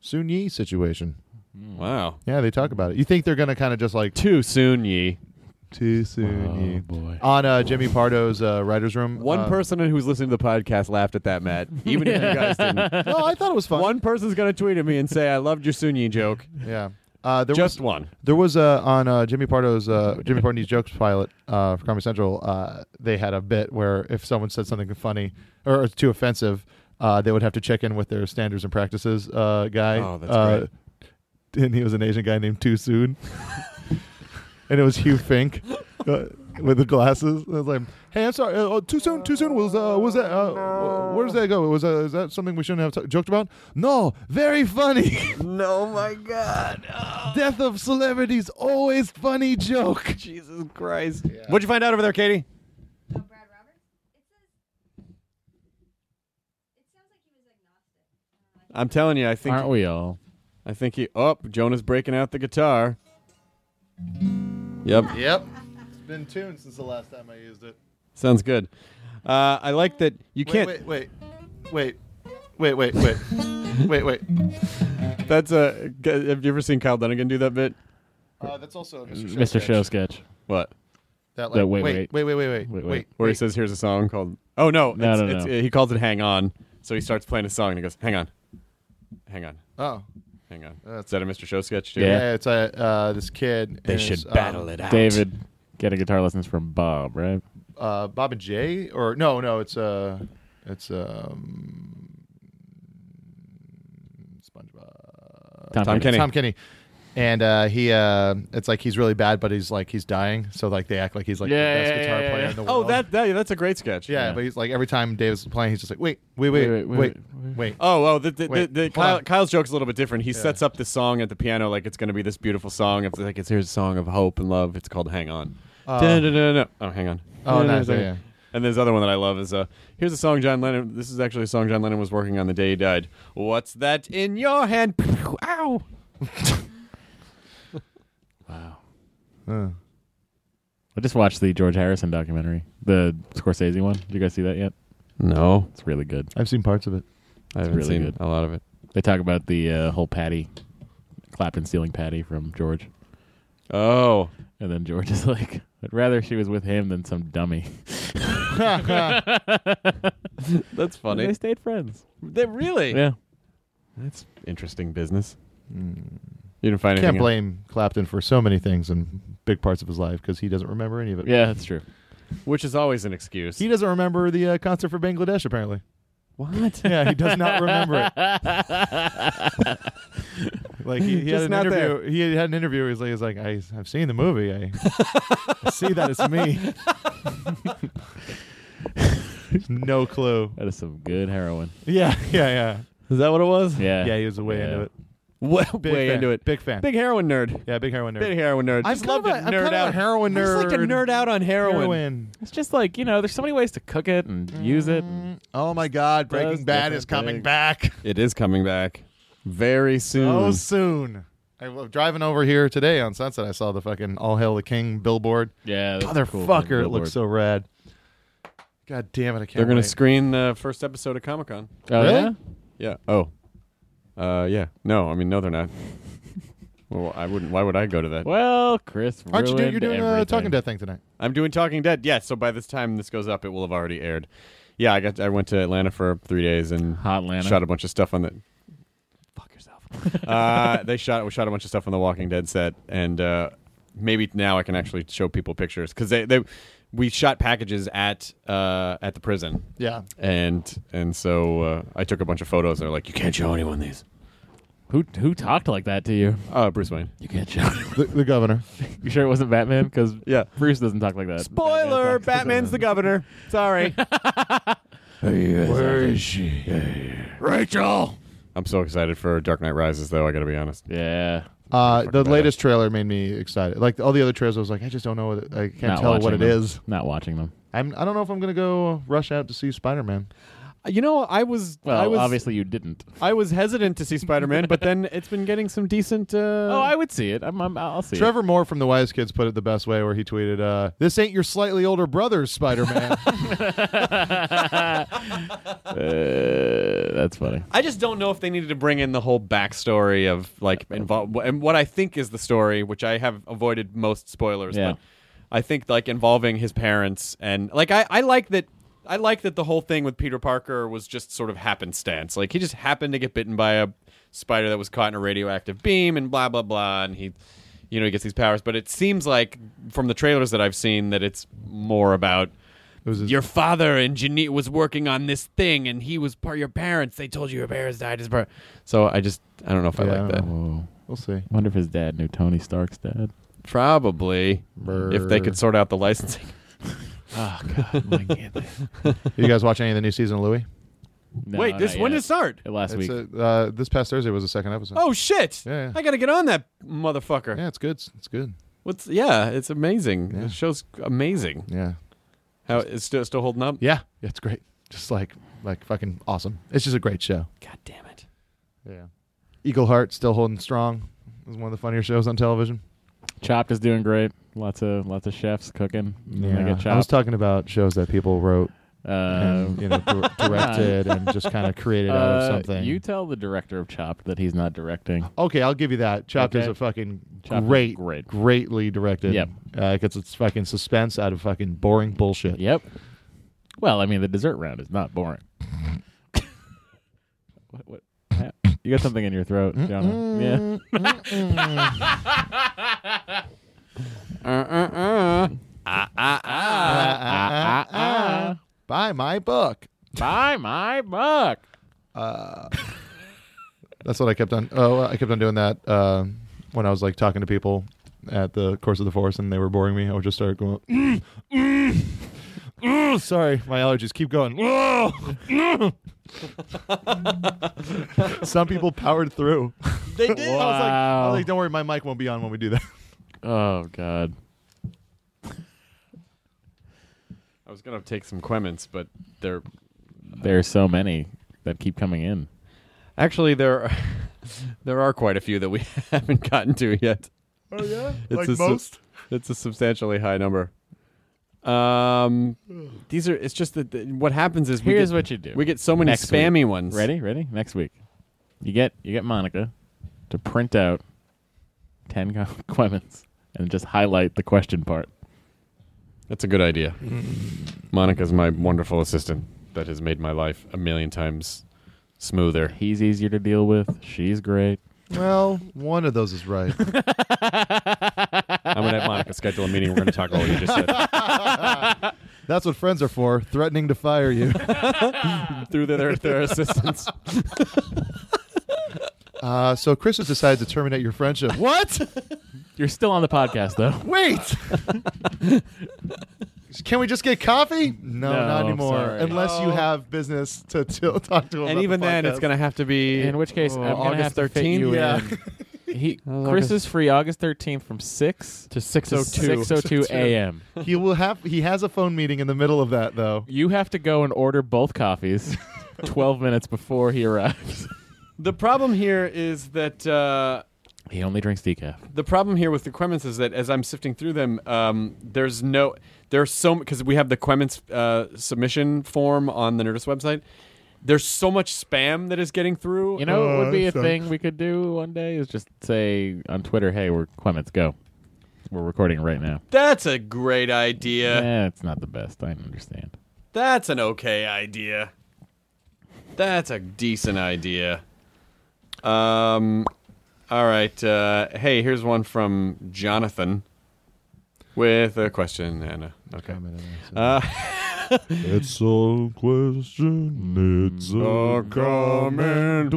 Speaker 5: Sun Yi situation. Hmm.
Speaker 1: Wow.
Speaker 5: Yeah, they talk about it. You think they're gonna kind of just like
Speaker 1: Too soon, ye.
Speaker 5: too soon
Speaker 4: Oh, boy.
Speaker 5: on uh, Jimmy Pardo's uh, writers' room?
Speaker 1: One
Speaker 5: uh,
Speaker 1: person who's listening to the podcast laughed at that, Matt. Even if you guys didn't.
Speaker 5: No, Oh, I thought it was [laughs]
Speaker 1: [laughs]
Speaker 5: fun.
Speaker 1: One person's gonna tweet at me and say, "I loved your soon ye joke."
Speaker 5: Yeah. Uh, there
Speaker 1: Just
Speaker 5: was,
Speaker 1: one.
Speaker 5: There was uh, on uh, Jimmy Pardo's uh, Jimmy Pardo's jokes pilot uh, for Comedy Central. Uh, they had a bit where if someone said something funny or it's too offensive, uh, they would have to check in with their standards and practices uh, guy.
Speaker 1: Oh, that's
Speaker 5: uh, And he was an Asian guy named
Speaker 1: [laughs]
Speaker 5: Too Soon, and it was Hugh Fink. uh, With the glasses, I was like, "Hey, I'm sorry. Uh, oh, too soon. Too soon. Was uh, was that? Uh, where does that go? Was uh, is that something we shouldn't have t- joked about? No, very funny.
Speaker 1: No, my God. Oh,
Speaker 5: Death of celebrities always funny joke.
Speaker 1: [laughs] Jesus Christ. What'd you find out over there, Katie? I'm telling you, I think
Speaker 4: Aren't we all?
Speaker 1: I think he. Oh, Jonah's breaking out the guitar. Yep,
Speaker 5: Yep. It's been tuned since the last time I used it.
Speaker 1: sounds good. Uh, I like that you can't.
Speaker 5: Wait, wait, wait. Wait, wait, [laughs] wait. wait, wait.
Speaker 1: That's a. Have you ever seen Kyle Dunnigan do that bit?
Speaker 5: Uh, that's also a Mr. Show
Speaker 4: Mr. Show
Speaker 5: sketch.
Speaker 4: sketch.
Speaker 1: What?
Speaker 5: That like
Speaker 4: The wait,
Speaker 5: wait, wait, wait, wait, wait,
Speaker 4: Wait,
Speaker 5: wait,
Speaker 4: wait.
Speaker 1: where he says, "Here's a song called." Oh no,
Speaker 4: No,
Speaker 1: it's-
Speaker 4: no,
Speaker 1: it's-
Speaker 4: no.
Speaker 1: he calls it "Hang On." So he starts playing a song and he goes, "Hang on, hang on,
Speaker 5: Oh,
Speaker 1: hang on."
Speaker 5: That's-
Speaker 1: Is that a Mr. Show sketch? Too?
Speaker 5: yeah.
Speaker 4: Yeah.
Speaker 5: it's a uh, this kid.
Speaker 1: They
Speaker 5: is,
Speaker 1: should
Speaker 5: um,
Speaker 1: battle it out.
Speaker 4: David getting guitar lessons from Bob, right?
Speaker 5: Uh, Bob and Jay, or no, no, it's uh, it's um, SpongeBob.
Speaker 4: Tom
Speaker 1: Tom Kenny.
Speaker 5: Tom Kenny. And uh, he, uh, it's like he's really bad, but he's like he's dying. So like they act like he's like
Speaker 4: Yeah,
Speaker 5: the best
Speaker 4: yeah,
Speaker 5: guitar
Speaker 4: yeah,
Speaker 5: player
Speaker 4: yeah.
Speaker 5: in the
Speaker 1: Oh,
Speaker 5: world.
Speaker 1: that, that that's a great sketch.
Speaker 5: yeah,
Speaker 4: yeah.
Speaker 5: But he's like every time Dave's playing, he's just like wait, wait, wait, wait, wait, wait.
Speaker 1: Oh, oh, the, the,
Speaker 5: Wait,
Speaker 1: the, the
Speaker 5: hold
Speaker 1: Kyle,
Speaker 5: on.
Speaker 1: Kyle's joke's a little bit different. He
Speaker 5: Yeah.
Speaker 1: sets up the song at the piano like it's going to be this beautiful song. It's like it's here's a song of hope and love. It's called "Hang On." [laughs]
Speaker 5: Uh,
Speaker 1: Dun, dun, dun, dun. Oh, hang on.
Speaker 5: oh,
Speaker 1: Dun, dun,
Speaker 5: nice.
Speaker 1: dun.
Speaker 5: Yeah, yeah.
Speaker 1: And this other one that I love is uh, here's a song John Lennon. This is actually a song John Lennon was working on the day he died. What's that in your hand? Ow!
Speaker 4: Wow.
Speaker 5: Uh,
Speaker 4: I just watched the George Harrison documentary, the Scorsese one. Did you guys see that yet?
Speaker 1: No,
Speaker 4: It's really good.
Speaker 5: I've seen parts of it.
Speaker 1: I haven't
Speaker 4: really
Speaker 1: seen
Speaker 4: good.
Speaker 1: a lot of it.
Speaker 4: They talk about the uh, whole Patty, Clapton stealing Patty from George,
Speaker 1: Oh,
Speaker 4: and then George is [laughs] like, "I'd rather she was with him than some dummy." [laughs]
Speaker 1: that's
Speaker 4: And They
Speaker 1: funny.
Speaker 4: stayed friends.
Speaker 1: They really?
Speaker 4: Yeah.
Speaker 1: That's interesting business. You didn't find
Speaker 5: Can't
Speaker 1: anything.
Speaker 5: blame Clapton for so many things and big parts of his life because he doesn't remember any of it.
Speaker 4: Yeah, that's true.
Speaker 1: Which is always an excuse.
Speaker 5: He doesn't remember the uh, concert for Bangladesh, apparently.
Speaker 1: what?
Speaker 5: Yeah, he does not remember it. Like he, he had
Speaker 1: Just
Speaker 5: an
Speaker 1: not
Speaker 5: interview. He had an interview. Where he's like, he's like, I, I've seen the movie. I, I see that it's
Speaker 1: [laughs]
Speaker 5: me. no clue.
Speaker 4: That is some good heroin.
Speaker 5: Yeah, yeah,
Speaker 1: [laughs] Is that what it was? [laughs]
Speaker 5: yeah.
Speaker 4: Yeah.
Speaker 5: Yeah, he was way into
Speaker 4: Yeah.
Speaker 5: it.
Speaker 1: What?
Speaker 5: Big
Speaker 1: Way
Speaker 5: fan.
Speaker 1: into it.
Speaker 5: Big fan.
Speaker 1: Big heroin nerd.
Speaker 5: yeah, big heroin nerd.
Speaker 1: Big heroin nerd.
Speaker 5: I'm
Speaker 1: Just
Speaker 5: kind
Speaker 1: love
Speaker 5: of
Speaker 1: to
Speaker 5: a- I'm
Speaker 1: nerd
Speaker 5: kind of a
Speaker 1: out.
Speaker 5: heroin
Speaker 1: I just like to
Speaker 5: nerd.
Speaker 1: nerd out on heroin.
Speaker 5: Heroin.
Speaker 4: It's just like you know, there's so many ways to cook it and use it. and-
Speaker 5: Oh my God!
Speaker 4: Does
Speaker 5: Breaking Bad is
Speaker 4: different
Speaker 5: coming
Speaker 4: things.
Speaker 5: back.
Speaker 1: It is coming back very soon.
Speaker 5: Oh, soon. I was driving over here today on Sunset. I saw the fucking All Hail the King billboard.
Speaker 4: yeah, that's
Speaker 5: Motherfucker,
Speaker 4: cool,
Speaker 5: it
Speaker 4: man.
Speaker 5: looks so rad. God damn it! I can't.
Speaker 1: They're going to
Speaker 5: wait.
Speaker 1: screen the first episode of Comic Con.
Speaker 4: Oh,
Speaker 5: Really?
Speaker 4: yeah?
Speaker 1: Yeah. Oh. Uh, yeah. No, I mean, no, they're [laughs] not. well, I wouldn't. Why would I go to that?
Speaker 4: Well, Chris,
Speaker 5: Aren't you doing?
Speaker 4: ruined
Speaker 5: You're doing a
Speaker 4: everything.
Speaker 5: Talking Dead thing tonight.
Speaker 1: I'm doing Talking Dead. Yeah. So by this time this goes up, it will have already aired. Yeah, I got. I went to Atlanta for three days and
Speaker 4: Hot Atlanta.
Speaker 1: shot a bunch of stuff on the. Fuck yourself. [laughs] uh, they shot. We shot a bunch of stuff on the Walking Dead set, and uh, maybe now I can actually show people pictures because they, they we shot packages at uh, at the prison,
Speaker 5: Yeah.
Speaker 1: and and so uh, I took a bunch of photos. They're like, you can't show anyone these.
Speaker 4: Who who talked like that to you?
Speaker 1: Uh, Bruce Wayne.
Speaker 4: You can't show.
Speaker 5: [laughs] The, the governor.
Speaker 4: [laughs] you sure it wasn't Batman? Because
Speaker 1: Yeah.
Speaker 4: Bruce doesn't talk like that.
Speaker 1: Spoiler: Batman's the governor. [laughs] Sorry.
Speaker 5: Where is she?
Speaker 4: Rachel.
Speaker 1: I'm so excited for Dark Knight Rises, though. I got to be honest.
Speaker 4: Yeah.
Speaker 5: Uh, the
Speaker 1: bad.
Speaker 5: latest trailer made me excited. Like all the other trailers, I was like, I just don't know. What it, I can't
Speaker 4: Not
Speaker 5: tell what
Speaker 4: watching
Speaker 5: it
Speaker 4: them.
Speaker 5: is.
Speaker 4: Not watching them.
Speaker 5: I'm. I don't know if I'm gonna go rush out to see Spider Man.
Speaker 1: You know, I was,
Speaker 4: Well,
Speaker 1: I was,
Speaker 4: obviously you didn't.
Speaker 1: I was hesitant to see Spider-Man, but
Speaker 4: [laughs]
Speaker 1: then it's been getting some decent. Uh,
Speaker 4: Oh, I would see it. I'm, I'm, I'll see [laughs]
Speaker 5: Trevor Moore from the Wise Kids put it the best way, where he tweeted, uh, "This ain't your slightly older brother's
Speaker 4: [laughs]
Speaker 5: Spider Man."
Speaker 4: it. Uh, that's funny.
Speaker 1: I just don't know if they needed to bring in the whole backstory of like involve and what I think is the story, which I have avoided most spoilers.
Speaker 4: Yeah.
Speaker 1: But I think like involving his parents and like I, I like that I like that the whole thing with Peter Parker was just sort of happenstance. Like he just happened to get bitten by a spider that was caught in a radioactive beam and blah blah blah and he you know he gets these powers. But it seems like from the trailers that I've seen that it's more about
Speaker 5: It was his-
Speaker 1: your father and Janine was working on this thing, and he was part your parents. They told you your parents died as part. So I just I don't know if I
Speaker 5: Yeah.
Speaker 1: like that.
Speaker 4: Whoa.
Speaker 5: we'll see.
Speaker 4: Wonder if his dad knew Tony Stark's dad.
Speaker 1: Probably if they could sort out the licensing.
Speaker 4: [laughs] Oh God! I can't.
Speaker 5: you guys watch any of the new season of Louis?
Speaker 4: No,
Speaker 1: Wait, this
Speaker 4: not
Speaker 1: when
Speaker 4: yet.
Speaker 1: did it start?
Speaker 4: Last
Speaker 5: It's
Speaker 4: week.
Speaker 5: a, uh, this past Thursday was the second episode.
Speaker 1: Oh shit!
Speaker 5: Yeah, yeah.
Speaker 1: I gotta get on that motherfucker.
Speaker 5: yeah, it's good. It's good.
Speaker 1: What's yeah? It's amazing.
Speaker 5: Yeah.
Speaker 1: The show's amazing.
Speaker 5: Yeah,
Speaker 1: How it's still still holding up?
Speaker 5: yeah, yeah, it's great. Just like like fucking awesome. It's just a great show.
Speaker 1: God damn it!
Speaker 5: Yeah, Eagle Heart still holding strong. It was one of the funnier shows on television.
Speaker 4: Chopped is doing great. Lots of lots of chefs cooking. Mega
Speaker 5: I was
Speaker 4: Chopped.
Speaker 5: talking about shows that people wrote
Speaker 4: Um,
Speaker 5: and, you know,
Speaker 4: [laughs]
Speaker 5: dir- directed and just kind of created out
Speaker 4: uh,
Speaker 5: of something.
Speaker 4: You tell the director of Chopped that he's not directing.
Speaker 5: okay, I'll give you that. Chopped is
Speaker 4: Okay.
Speaker 5: a fucking
Speaker 4: Chopped is
Speaker 5: great,
Speaker 4: great.
Speaker 5: greatly directed.
Speaker 4: Yep.
Speaker 5: because it's fucking suspense out of fucking boring bullshit.
Speaker 4: Yep. Well, I mean, the dessert round is not
Speaker 5: [laughs]
Speaker 4: boring. what? What? You got something in your throat, Jonah?
Speaker 5: [laughs]
Speaker 4: Yeah. [laughs]
Speaker 1: Uh, uh,
Speaker 5: Uh-uh.
Speaker 1: uh.
Speaker 4: Ah, ah.
Speaker 5: Buy my book.
Speaker 4: [laughs] Buy my book.
Speaker 5: Uh, [laughs] That's what I kept on. Oh, I kept on doing that uh, when I was like talking to people at the course of the forest, and they were boring me. I would just start going. "Mm, mm, mm." sorry, my allergies keep going. [laughs] "Whoa, mm." Some people powered through. [laughs]
Speaker 1: They did.
Speaker 5: I, was like, I
Speaker 4: Wow.
Speaker 5: was like, don't worry, my mic won't be on when we do that.
Speaker 4: Oh God.
Speaker 1: I was gonna take some Quements, but they're
Speaker 4: There are so many that keep coming in.
Speaker 1: actually there. [laughs] Are, there are quite a few that we [laughs] haven't gotten to yet.
Speaker 5: Oh [laughs] yeah,
Speaker 1: It's Like a su- most? It's a substantially high number. Um, these are. It's just that the, what happens is we
Speaker 4: Here's
Speaker 1: get,
Speaker 4: what you do.
Speaker 1: we get so many
Speaker 4: Next week.
Speaker 1: spammy ones.
Speaker 4: ready, ready. Next week, you get you get Monica to print out ten co- [laughs] Clemens and just highlight the question part.
Speaker 1: That's a good idea. Monica's my wonderful assistant that has made my life a million times
Speaker 4: [laughs]
Speaker 1: smoother.
Speaker 4: He's easier to deal with. She's great. [laughs]
Speaker 5: Well, one of those is right.
Speaker 1: I'm gonna have Monica schedule a meeting. We're gonna talk about what you just said.
Speaker 5: [laughs] That's what friends are for. Threatening to fire you. [laughs]
Speaker 1: Through their their assistants.
Speaker 5: Uh, so Chris has decided to terminate your friendship. What?
Speaker 4: [laughs] You're still on the podcast though.
Speaker 5: [laughs] Wait. Can we just get coffee? No,
Speaker 4: No,
Speaker 5: not anymore.
Speaker 4: sorry.
Speaker 5: Unless
Speaker 1: Oh.
Speaker 5: you have business to, to talk to him.
Speaker 1: and even then, it's gonna have to be.
Speaker 4: In which case,
Speaker 1: oh,
Speaker 4: I'm gonna
Speaker 1: August
Speaker 4: have to
Speaker 1: 13th
Speaker 4: fit you
Speaker 5: Yeah.
Speaker 4: in. He,
Speaker 1: was
Speaker 4: Chris
Speaker 1: August-
Speaker 4: is free August 13th from six
Speaker 1: to
Speaker 4: to
Speaker 1: 602.
Speaker 4: 6:02 a.m.
Speaker 5: he will have he has a phone meeting in the middle of that though.
Speaker 4: You have to go and order both coffees [laughs] 12 minutes before he arrives.
Speaker 1: The problem here is that. Uh,
Speaker 4: He only drinks decaf.
Speaker 1: the problem here with the Quemens is that as I'm sifting through them, um, there's no there's so because we have the Quemens uh, submission form on the Nerdist website. There's so much spam that is getting through.
Speaker 4: You know,
Speaker 5: Oh,
Speaker 4: it would be
Speaker 5: that
Speaker 4: a
Speaker 5: sucks.
Speaker 4: thing we could do one day is just say on Twitter, "Hey, we're Clements, go. We're recording right now."
Speaker 1: that's a great idea.
Speaker 4: Eh, it's not the best. I
Speaker 1: [laughs]
Speaker 4: understand.
Speaker 1: That's an okay idea. That's a decent idea. Um, all right. Uh, hey, here's one from Jonathan with a question and a okay. Uh,
Speaker 5: It's a question. It's a comment.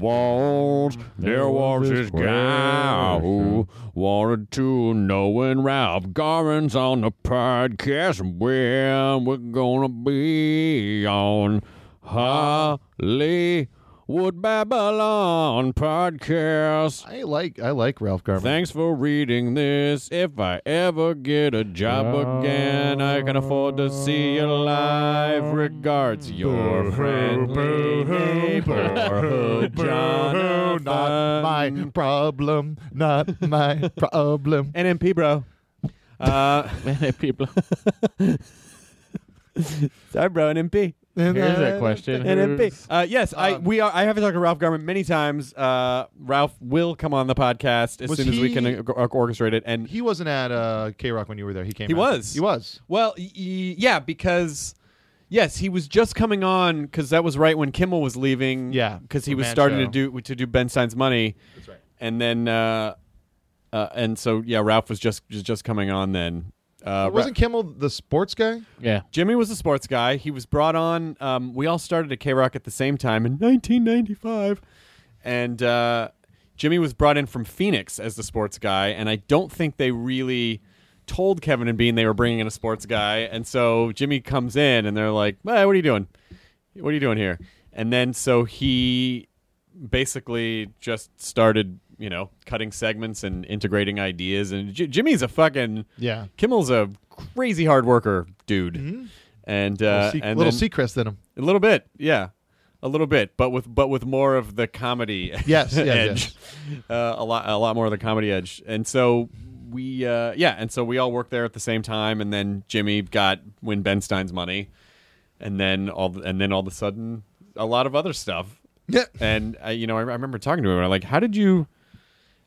Speaker 1: Walls, there was this guy who wanted to know when Ralph Garman's on the podcast when we're gonna be on Hollywood Babylon podcast.
Speaker 5: I like I like Ralph Garman.
Speaker 1: Thanks for reading this. If I ever get a job again, I can afford to see you live. Regards, your friendly neighborhood, Jonathan.
Speaker 5: Not my problem. Not [laughs] my problem.
Speaker 1: NMP, bro. Uh,
Speaker 4: Man, people.
Speaker 1: [laughs] sorry, bro. NMP.
Speaker 4: Here's that question.
Speaker 1: NMP.
Speaker 4: Who's-
Speaker 1: Uh, yes, I
Speaker 5: Um,
Speaker 1: we are. I have talked to Ralph Garman many times. Uh, Ralph will come on the podcast as
Speaker 5: Was
Speaker 1: soon as we
Speaker 5: he-
Speaker 1: can uh, or- orchestrate it. And
Speaker 5: He wasn't at uh, K Rock when you were there. He came.
Speaker 1: He
Speaker 5: out.
Speaker 1: was.
Speaker 5: He was.
Speaker 1: Well, y- y- yeah, because yes, he was just coming on because that was right when Kimmel was leaving.
Speaker 5: Yeah,
Speaker 1: because he
Speaker 5: the
Speaker 1: was
Speaker 5: man
Speaker 1: starting
Speaker 5: show.
Speaker 1: to do to do Ben Stein's money. That's right. And then, uh, uh, and so yeah, Ralph was just just, just coming on then. Uh, Ra-
Speaker 5: Wasn't Kimmel the sports guy?
Speaker 4: [laughs] Yeah.
Speaker 1: Jimmy was a sports guy. He was brought on. Um, we all started at K Rock at the same time in 1995, and uh, Jimmy was brought in from Phoenix as the sports guy. And I don't think they really told Kevin and Bean they were bringing in a sports guy. And so Jimmy comes in, and they're like, "Hey, what are you doing? What are you doing here?" And then so he basically just started, you know, cutting segments and integrating ideas. And J- Jimmy's a fucking
Speaker 5: Yeah.
Speaker 1: Kimmel's a crazy hard worker dude, and uh,
Speaker 5: Mm-hmm. little Se-
Speaker 1: and
Speaker 5: little
Speaker 1: then-
Speaker 5: Seacrest in him.
Speaker 1: a little bit, yeah, a little bit, but with but with more of the comedy
Speaker 5: [laughs] Yes,
Speaker 1: [laughs]
Speaker 5: yes,
Speaker 1: edge, Uh, a lot a lot more of the comedy edge, and so we uh, yeah, and so we all worked there at the same time, and then Jimmy got Win Benstein's money, and then all and then all of a sudden a lot of other stuff,
Speaker 5: Yeah.
Speaker 1: and I, you know I, I remember talking to him and I'm like, how did you?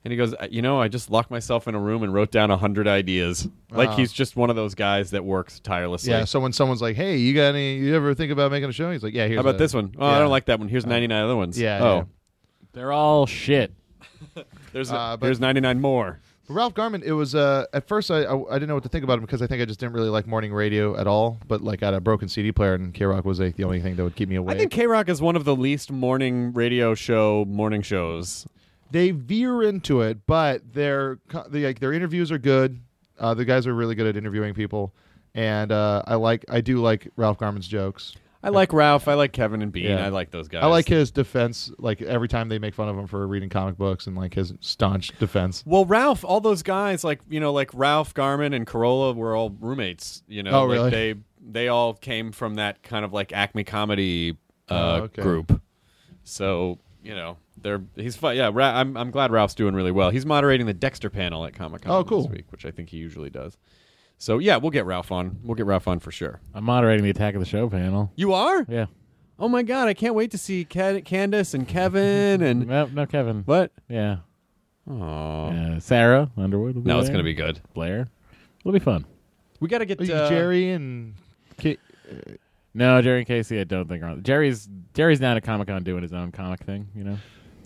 Speaker 1: And he goes, "I- you know, I just locked myself in a room and wrote down a hundred ideas. Like
Speaker 5: Wow.
Speaker 1: he's just one of those guys that works tirelessly.
Speaker 5: Yeah. So when someone's like, "Hey, you got any? You ever think about making a show?" He's like, "Yeah, here's
Speaker 1: How about
Speaker 5: a-
Speaker 1: this one? Oh, I
Speaker 5: yeah. Uh,
Speaker 1: don't like that one. Here's 99 other ones.
Speaker 5: Yeah,
Speaker 1: Oh,
Speaker 5: yeah.
Speaker 4: They're all shit.
Speaker 1: there's
Speaker 5: Uh, but-
Speaker 1: there's 99 more.
Speaker 5: Ralph Garman, it was uh, at first I, I I didn't know what to think about him because I think I just didn't really like morning radio at all. But like I had a broken CD player and K Rock was like the only thing that would keep me awake.
Speaker 1: I think K Rock is one of the least morning radio show morning shows.
Speaker 5: they veer into it, but their co- the, like their interviews are good. Uh, the guys are really good at interviewing people, and uh, I like I do like Ralph Garman's jokes.
Speaker 1: I like Ralph. I like Kevin and Bean.
Speaker 5: Yeah.
Speaker 1: I like those guys.
Speaker 5: I like his defense, like every time they make fun of him for reading comic books and like his staunch defense.
Speaker 1: Well, Ralph, all those guys, like you know, like Ralph Garman and Corolla, were all roommates. You know,
Speaker 5: Oh,
Speaker 1: like
Speaker 5: really?
Speaker 1: they they all came from that kind of like Acme comedy uh,
Speaker 5: Oh, okay.
Speaker 1: group. So you know, they're he's fun. Yeah, Ra- I'm I'm glad Ralph's doing really well. He's moderating the Dexter panel at Comic Con
Speaker 5: Oh, cool.
Speaker 1: this week, which I think he usually does. So yeah, we'll get Ralph on. We'll get Ralph on for sure.
Speaker 4: I'm moderating the Attack of the Show panel.
Speaker 1: You are?
Speaker 4: Yeah.
Speaker 1: Oh my god, I can't wait to see Ca- Candace and Kevin
Speaker 5: [laughs]
Speaker 1: and
Speaker 4: No, no Kevin.
Speaker 1: what?
Speaker 4: Yeah.
Speaker 1: Oh,
Speaker 4: Uh, Sarah Underwood. Will be
Speaker 1: no, it's
Speaker 4: there.
Speaker 1: gonna be good.
Speaker 4: Blair. It'll be fun.
Speaker 1: We gotta get uh,
Speaker 5: Jerry and Ki-
Speaker 4: No, Jerry and Casey, I don't think are on. Jerry's Jerry's down at Comic Con doing his own comic thing. You know.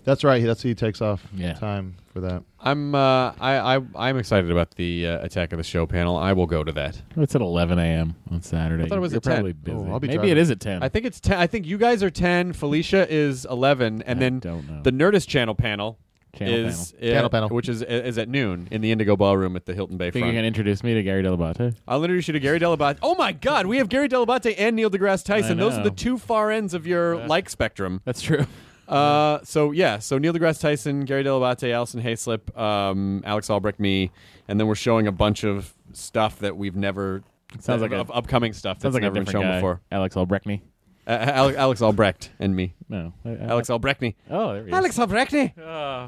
Speaker 5: that's right. That's he takes off
Speaker 4: Yeah.
Speaker 5: time for that.
Speaker 1: I'm uh, I, I I'm excited about the uh, Attack of the Show panel. I will go to that.
Speaker 4: It's at 11 a.m. on Saturday.
Speaker 1: I thought it was
Speaker 4: You're
Speaker 1: at 10.
Speaker 4: probably busy.
Speaker 5: Oh, I'll be
Speaker 4: Maybe
Speaker 5: driving.
Speaker 4: it is at 10.
Speaker 1: I think it's ten. I think you guys are ten. Felicia is eleven, and
Speaker 4: I
Speaker 1: then
Speaker 4: don't know.
Speaker 1: the Nerdist Channel panel
Speaker 4: Channel
Speaker 1: is
Speaker 4: panel.
Speaker 1: uh,
Speaker 5: Channel panel.
Speaker 1: which is is at noon in the Indigo Ballroom at the Hilton Bay
Speaker 4: Think you're
Speaker 1: Front.
Speaker 4: gonna introduce me to Gary Delabate?
Speaker 1: I'll introduce you to Gary Delabate. Oh my God, we have Gary Delabate and Neil deGrasse Tyson. Those are
Speaker 4: know.
Speaker 1: the two far ends of your
Speaker 4: Yeah.
Speaker 1: like spectrum.
Speaker 4: That's true.
Speaker 1: [laughs] Uh, so yeah, so Neil deGrasse Tyson, Gary Delabate, Allison Hayslip, um, Alex Albrecht, me, and then we're showing a bunch of stuff that we've never
Speaker 4: Sounds like a-
Speaker 1: of upcoming stuff that's
Speaker 4: Sounds like
Speaker 1: never
Speaker 4: a
Speaker 1: been
Speaker 4: different
Speaker 1: shown
Speaker 4: guy.
Speaker 1: before.
Speaker 4: Alex Albrechtney.
Speaker 1: Uh, Alex, Alex Albrecht and me,
Speaker 4: No, I- I-
Speaker 1: Alex Albrechtney,
Speaker 4: Oh, there he is.
Speaker 1: Alex Albrechtney.
Speaker 5: I'll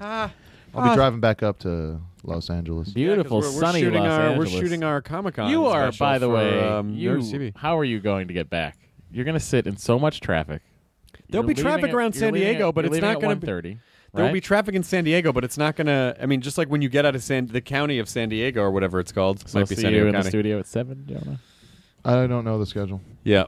Speaker 5: be
Speaker 1: Ah.
Speaker 5: driving back up to Los Angeles.
Speaker 4: Beautiful
Speaker 1: we're,
Speaker 4: sunny
Speaker 1: shooting
Speaker 4: Los
Speaker 1: our,
Speaker 4: Angeles.
Speaker 1: We're shooting our Comic Con.
Speaker 4: You are, by the way.
Speaker 1: um,
Speaker 4: you,
Speaker 1: Nerdist TV.
Speaker 4: how are you going to get back? You're gonna sit in so much traffic.
Speaker 1: There'll
Speaker 4: You're
Speaker 1: be
Speaker 4: leaving
Speaker 1: traffic
Speaker 4: at-
Speaker 1: around
Speaker 4: you're
Speaker 1: San
Speaker 4: leaving
Speaker 1: Diego,
Speaker 4: at-
Speaker 1: but
Speaker 4: you're
Speaker 1: it's
Speaker 4: leaving
Speaker 1: not
Speaker 4: at
Speaker 1: gonna be-
Speaker 4: 1:30,
Speaker 1: There will
Speaker 4: right?
Speaker 1: be traffic in San Diego, but it's not gonna. I mean, just like when you get out of San, the county of San Diego or whatever it's called,
Speaker 4: So I'll
Speaker 1: might be
Speaker 4: see
Speaker 1: San
Speaker 4: you
Speaker 1: Diego
Speaker 4: in
Speaker 1: County.
Speaker 4: the studio at seven, Jonah.
Speaker 5: I don't know the schedule.
Speaker 1: Yeah,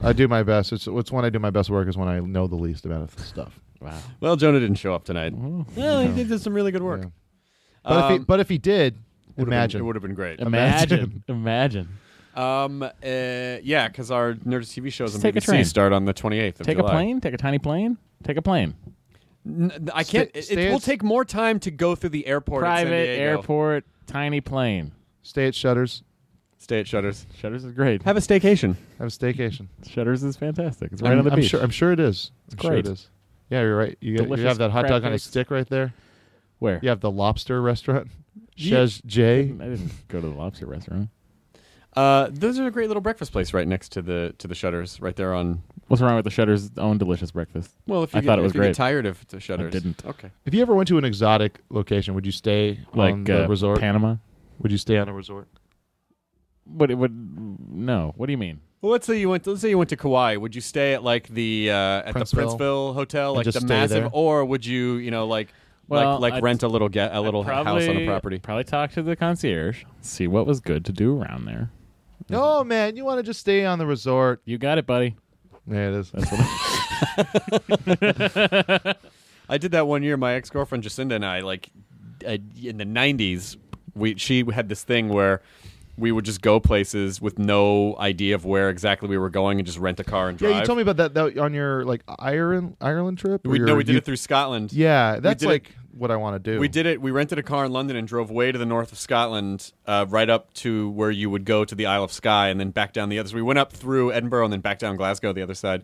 Speaker 5: I do my best. It's it's when I do my best work is when I know the least about it- stuff.
Speaker 4: Wow.
Speaker 1: Well, Jonah didn't show up tonight. Well, he did some really good work.
Speaker 5: Yeah. But if he,
Speaker 1: Um,
Speaker 5: but if he did,
Speaker 1: would've
Speaker 5: imagine
Speaker 1: been, it would have been great. [laughs]
Speaker 4: Imagine, imagine.
Speaker 1: Um, uh, yeah, because our Nerdist TV shows on
Speaker 4: Just take a
Speaker 1: BBC
Speaker 4: train.
Speaker 1: start on the 28th of
Speaker 4: Take
Speaker 1: July.
Speaker 4: a plane. Take a tiny plane. Take a plane.
Speaker 1: N- n- I can't.
Speaker 5: Stay-
Speaker 1: it-
Speaker 5: stay
Speaker 1: it will
Speaker 5: at-
Speaker 1: take more time to go through the airport. at San
Speaker 4: Private
Speaker 1: Diego.
Speaker 4: airport. Tiny plane.
Speaker 5: stay at Shutters,
Speaker 1: Stay at Shutters.
Speaker 4: Shutters is great.
Speaker 1: Have a staycation.
Speaker 5: have a staycation.
Speaker 4: Shutters is fantastic. It's right
Speaker 5: I'm,
Speaker 4: on the
Speaker 5: I'm
Speaker 4: beach.
Speaker 5: sure. I'm sure it is. I'm sure
Speaker 4: great.
Speaker 5: it is. Yeah, you're right. You, you
Speaker 4: Delicious
Speaker 5: have that hot
Speaker 4: crab
Speaker 5: dog on a
Speaker 4: cakes.
Speaker 5: stick right there.
Speaker 4: Where?
Speaker 5: You have the lobster restaurant,
Speaker 1: Yeah.
Speaker 5: Chez
Speaker 4: I
Speaker 5: J.
Speaker 4: didn't go to the lobster restaurant.
Speaker 1: Uh, those are a great little breakfast place right next to the to the Shutters, right there on.
Speaker 4: What's wrong with the Shutters' own delicious breakfast?
Speaker 1: Well, if you
Speaker 4: I
Speaker 1: get,
Speaker 4: thought it
Speaker 1: if
Speaker 4: was
Speaker 1: you get
Speaker 4: great.
Speaker 1: tired of the Shutters,
Speaker 4: didn't.
Speaker 1: Okay.
Speaker 5: If you ever went to an exotic location, would you stay on
Speaker 4: Like
Speaker 5: the
Speaker 4: uh,
Speaker 5: resort?
Speaker 4: Panama.
Speaker 5: would you stay on a resort?
Speaker 4: What? What? No. What do you mean?
Speaker 1: Well, let's say you went. Let's say you went to Kauai. Would you stay at like the uh, at the
Speaker 5: Princeville.
Speaker 1: Princeville Hotel,
Speaker 5: And
Speaker 1: like
Speaker 5: just
Speaker 1: the
Speaker 5: stay
Speaker 1: massive,
Speaker 5: there?
Speaker 1: or would you, you know, like
Speaker 4: Well,
Speaker 1: like like
Speaker 4: I'd-
Speaker 1: rent a little get a little house on the
Speaker 4: Probably-
Speaker 1: property?
Speaker 4: Probably talk to the concierge. See what was good to do around there.
Speaker 5: No, Oh, man. You want to just stay on the resort?
Speaker 4: You got it, buddy.
Speaker 5: [laughs] Yeah, it is.
Speaker 4: That's what. I-
Speaker 1: I did that one year. My ex girlfriend Jacinda and I, like uh, in the '90s, we she had this thing where we would just go places with no idea of where exactly we were going and just rent a car and drive.
Speaker 5: Yeah, you told me about that, that on your like Ireland Ireland trip. or
Speaker 1: We, no,
Speaker 5: your
Speaker 1: we did
Speaker 5: U-
Speaker 1: it through Scotland.
Speaker 5: Yeah, that's
Speaker 1: did it-
Speaker 5: like what I want to do.
Speaker 1: We did it. We rented a car in London and drove way to the north of Scotland, uh, right up to where you would go to the Isle of Skye, and then back down the other. So we went up through Edinburgh and then back down Glasgow the other side,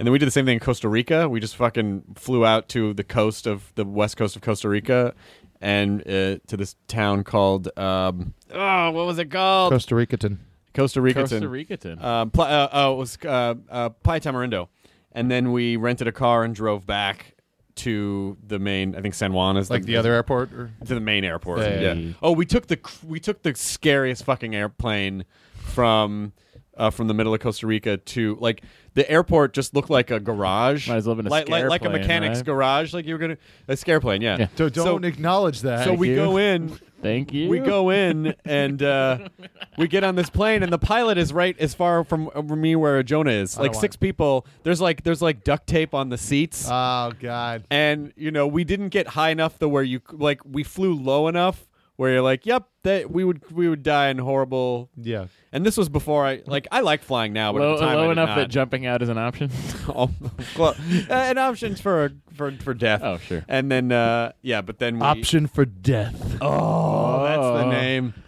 Speaker 1: and then we did the same thing in Costa Rica. We just fucking flew out to the coast of the west coast of Costa Rica, and uh, to this town called um, oh, what was it called?
Speaker 5: Costa Ricaton.
Speaker 1: Costa Rica.
Speaker 4: Costa Ricaton.
Speaker 1: Um, pl- uh, oh, it was uh, uh, Playa Tamarindo, and then we rented a car and drove back to the main. I think San Juan is
Speaker 5: like the other airport. Or,
Speaker 1: to the main airport.
Speaker 5: Yeah, yeah,
Speaker 4: yeah.
Speaker 1: Oh, we took the cr- we took the scariest fucking airplane from uh, from the middle of Costa Rica to like the airport just looked like a garage.
Speaker 4: Might as well have been a
Speaker 1: like, like, like a
Speaker 4: scareplane,
Speaker 1: mechanic's
Speaker 4: right?
Speaker 1: garage. Like you were gonna a scare plane. Yeah.
Speaker 4: Yeah.
Speaker 5: so don't
Speaker 1: So-
Speaker 5: acknowledge that.
Speaker 1: So we
Speaker 4: you.
Speaker 1: go in.
Speaker 4: Thank you.
Speaker 1: We go in and uh, we get on this plane, and the pilot is right as far from uh, from me where Jonah is.
Speaker 5: don't
Speaker 1: Like six people. There's like there's like duct tape on the seats
Speaker 5: oh God.
Speaker 1: and you know we didn't get high enough though where you like we flew low enough where you're like yep that we would we would die in horrible
Speaker 5: Yeah.
Speaker 1: and this was before i like i like flying now but
Speaker 4: low,
Speaker 1: at the time I
Speaker 4: low
Speaker 1: did
Speaker 4: enough
Speaker 1: not.
Speaker 4: that jumping out is an option. [laughs]
Speaker 1: Oh, [laughs] well, uh, an option for for for death
Speaker 4: oh sure.
Speaker 1: and then uh yeah but then we
Speaker 5: Option for death.
Speaker 1: oh that's the name Oh,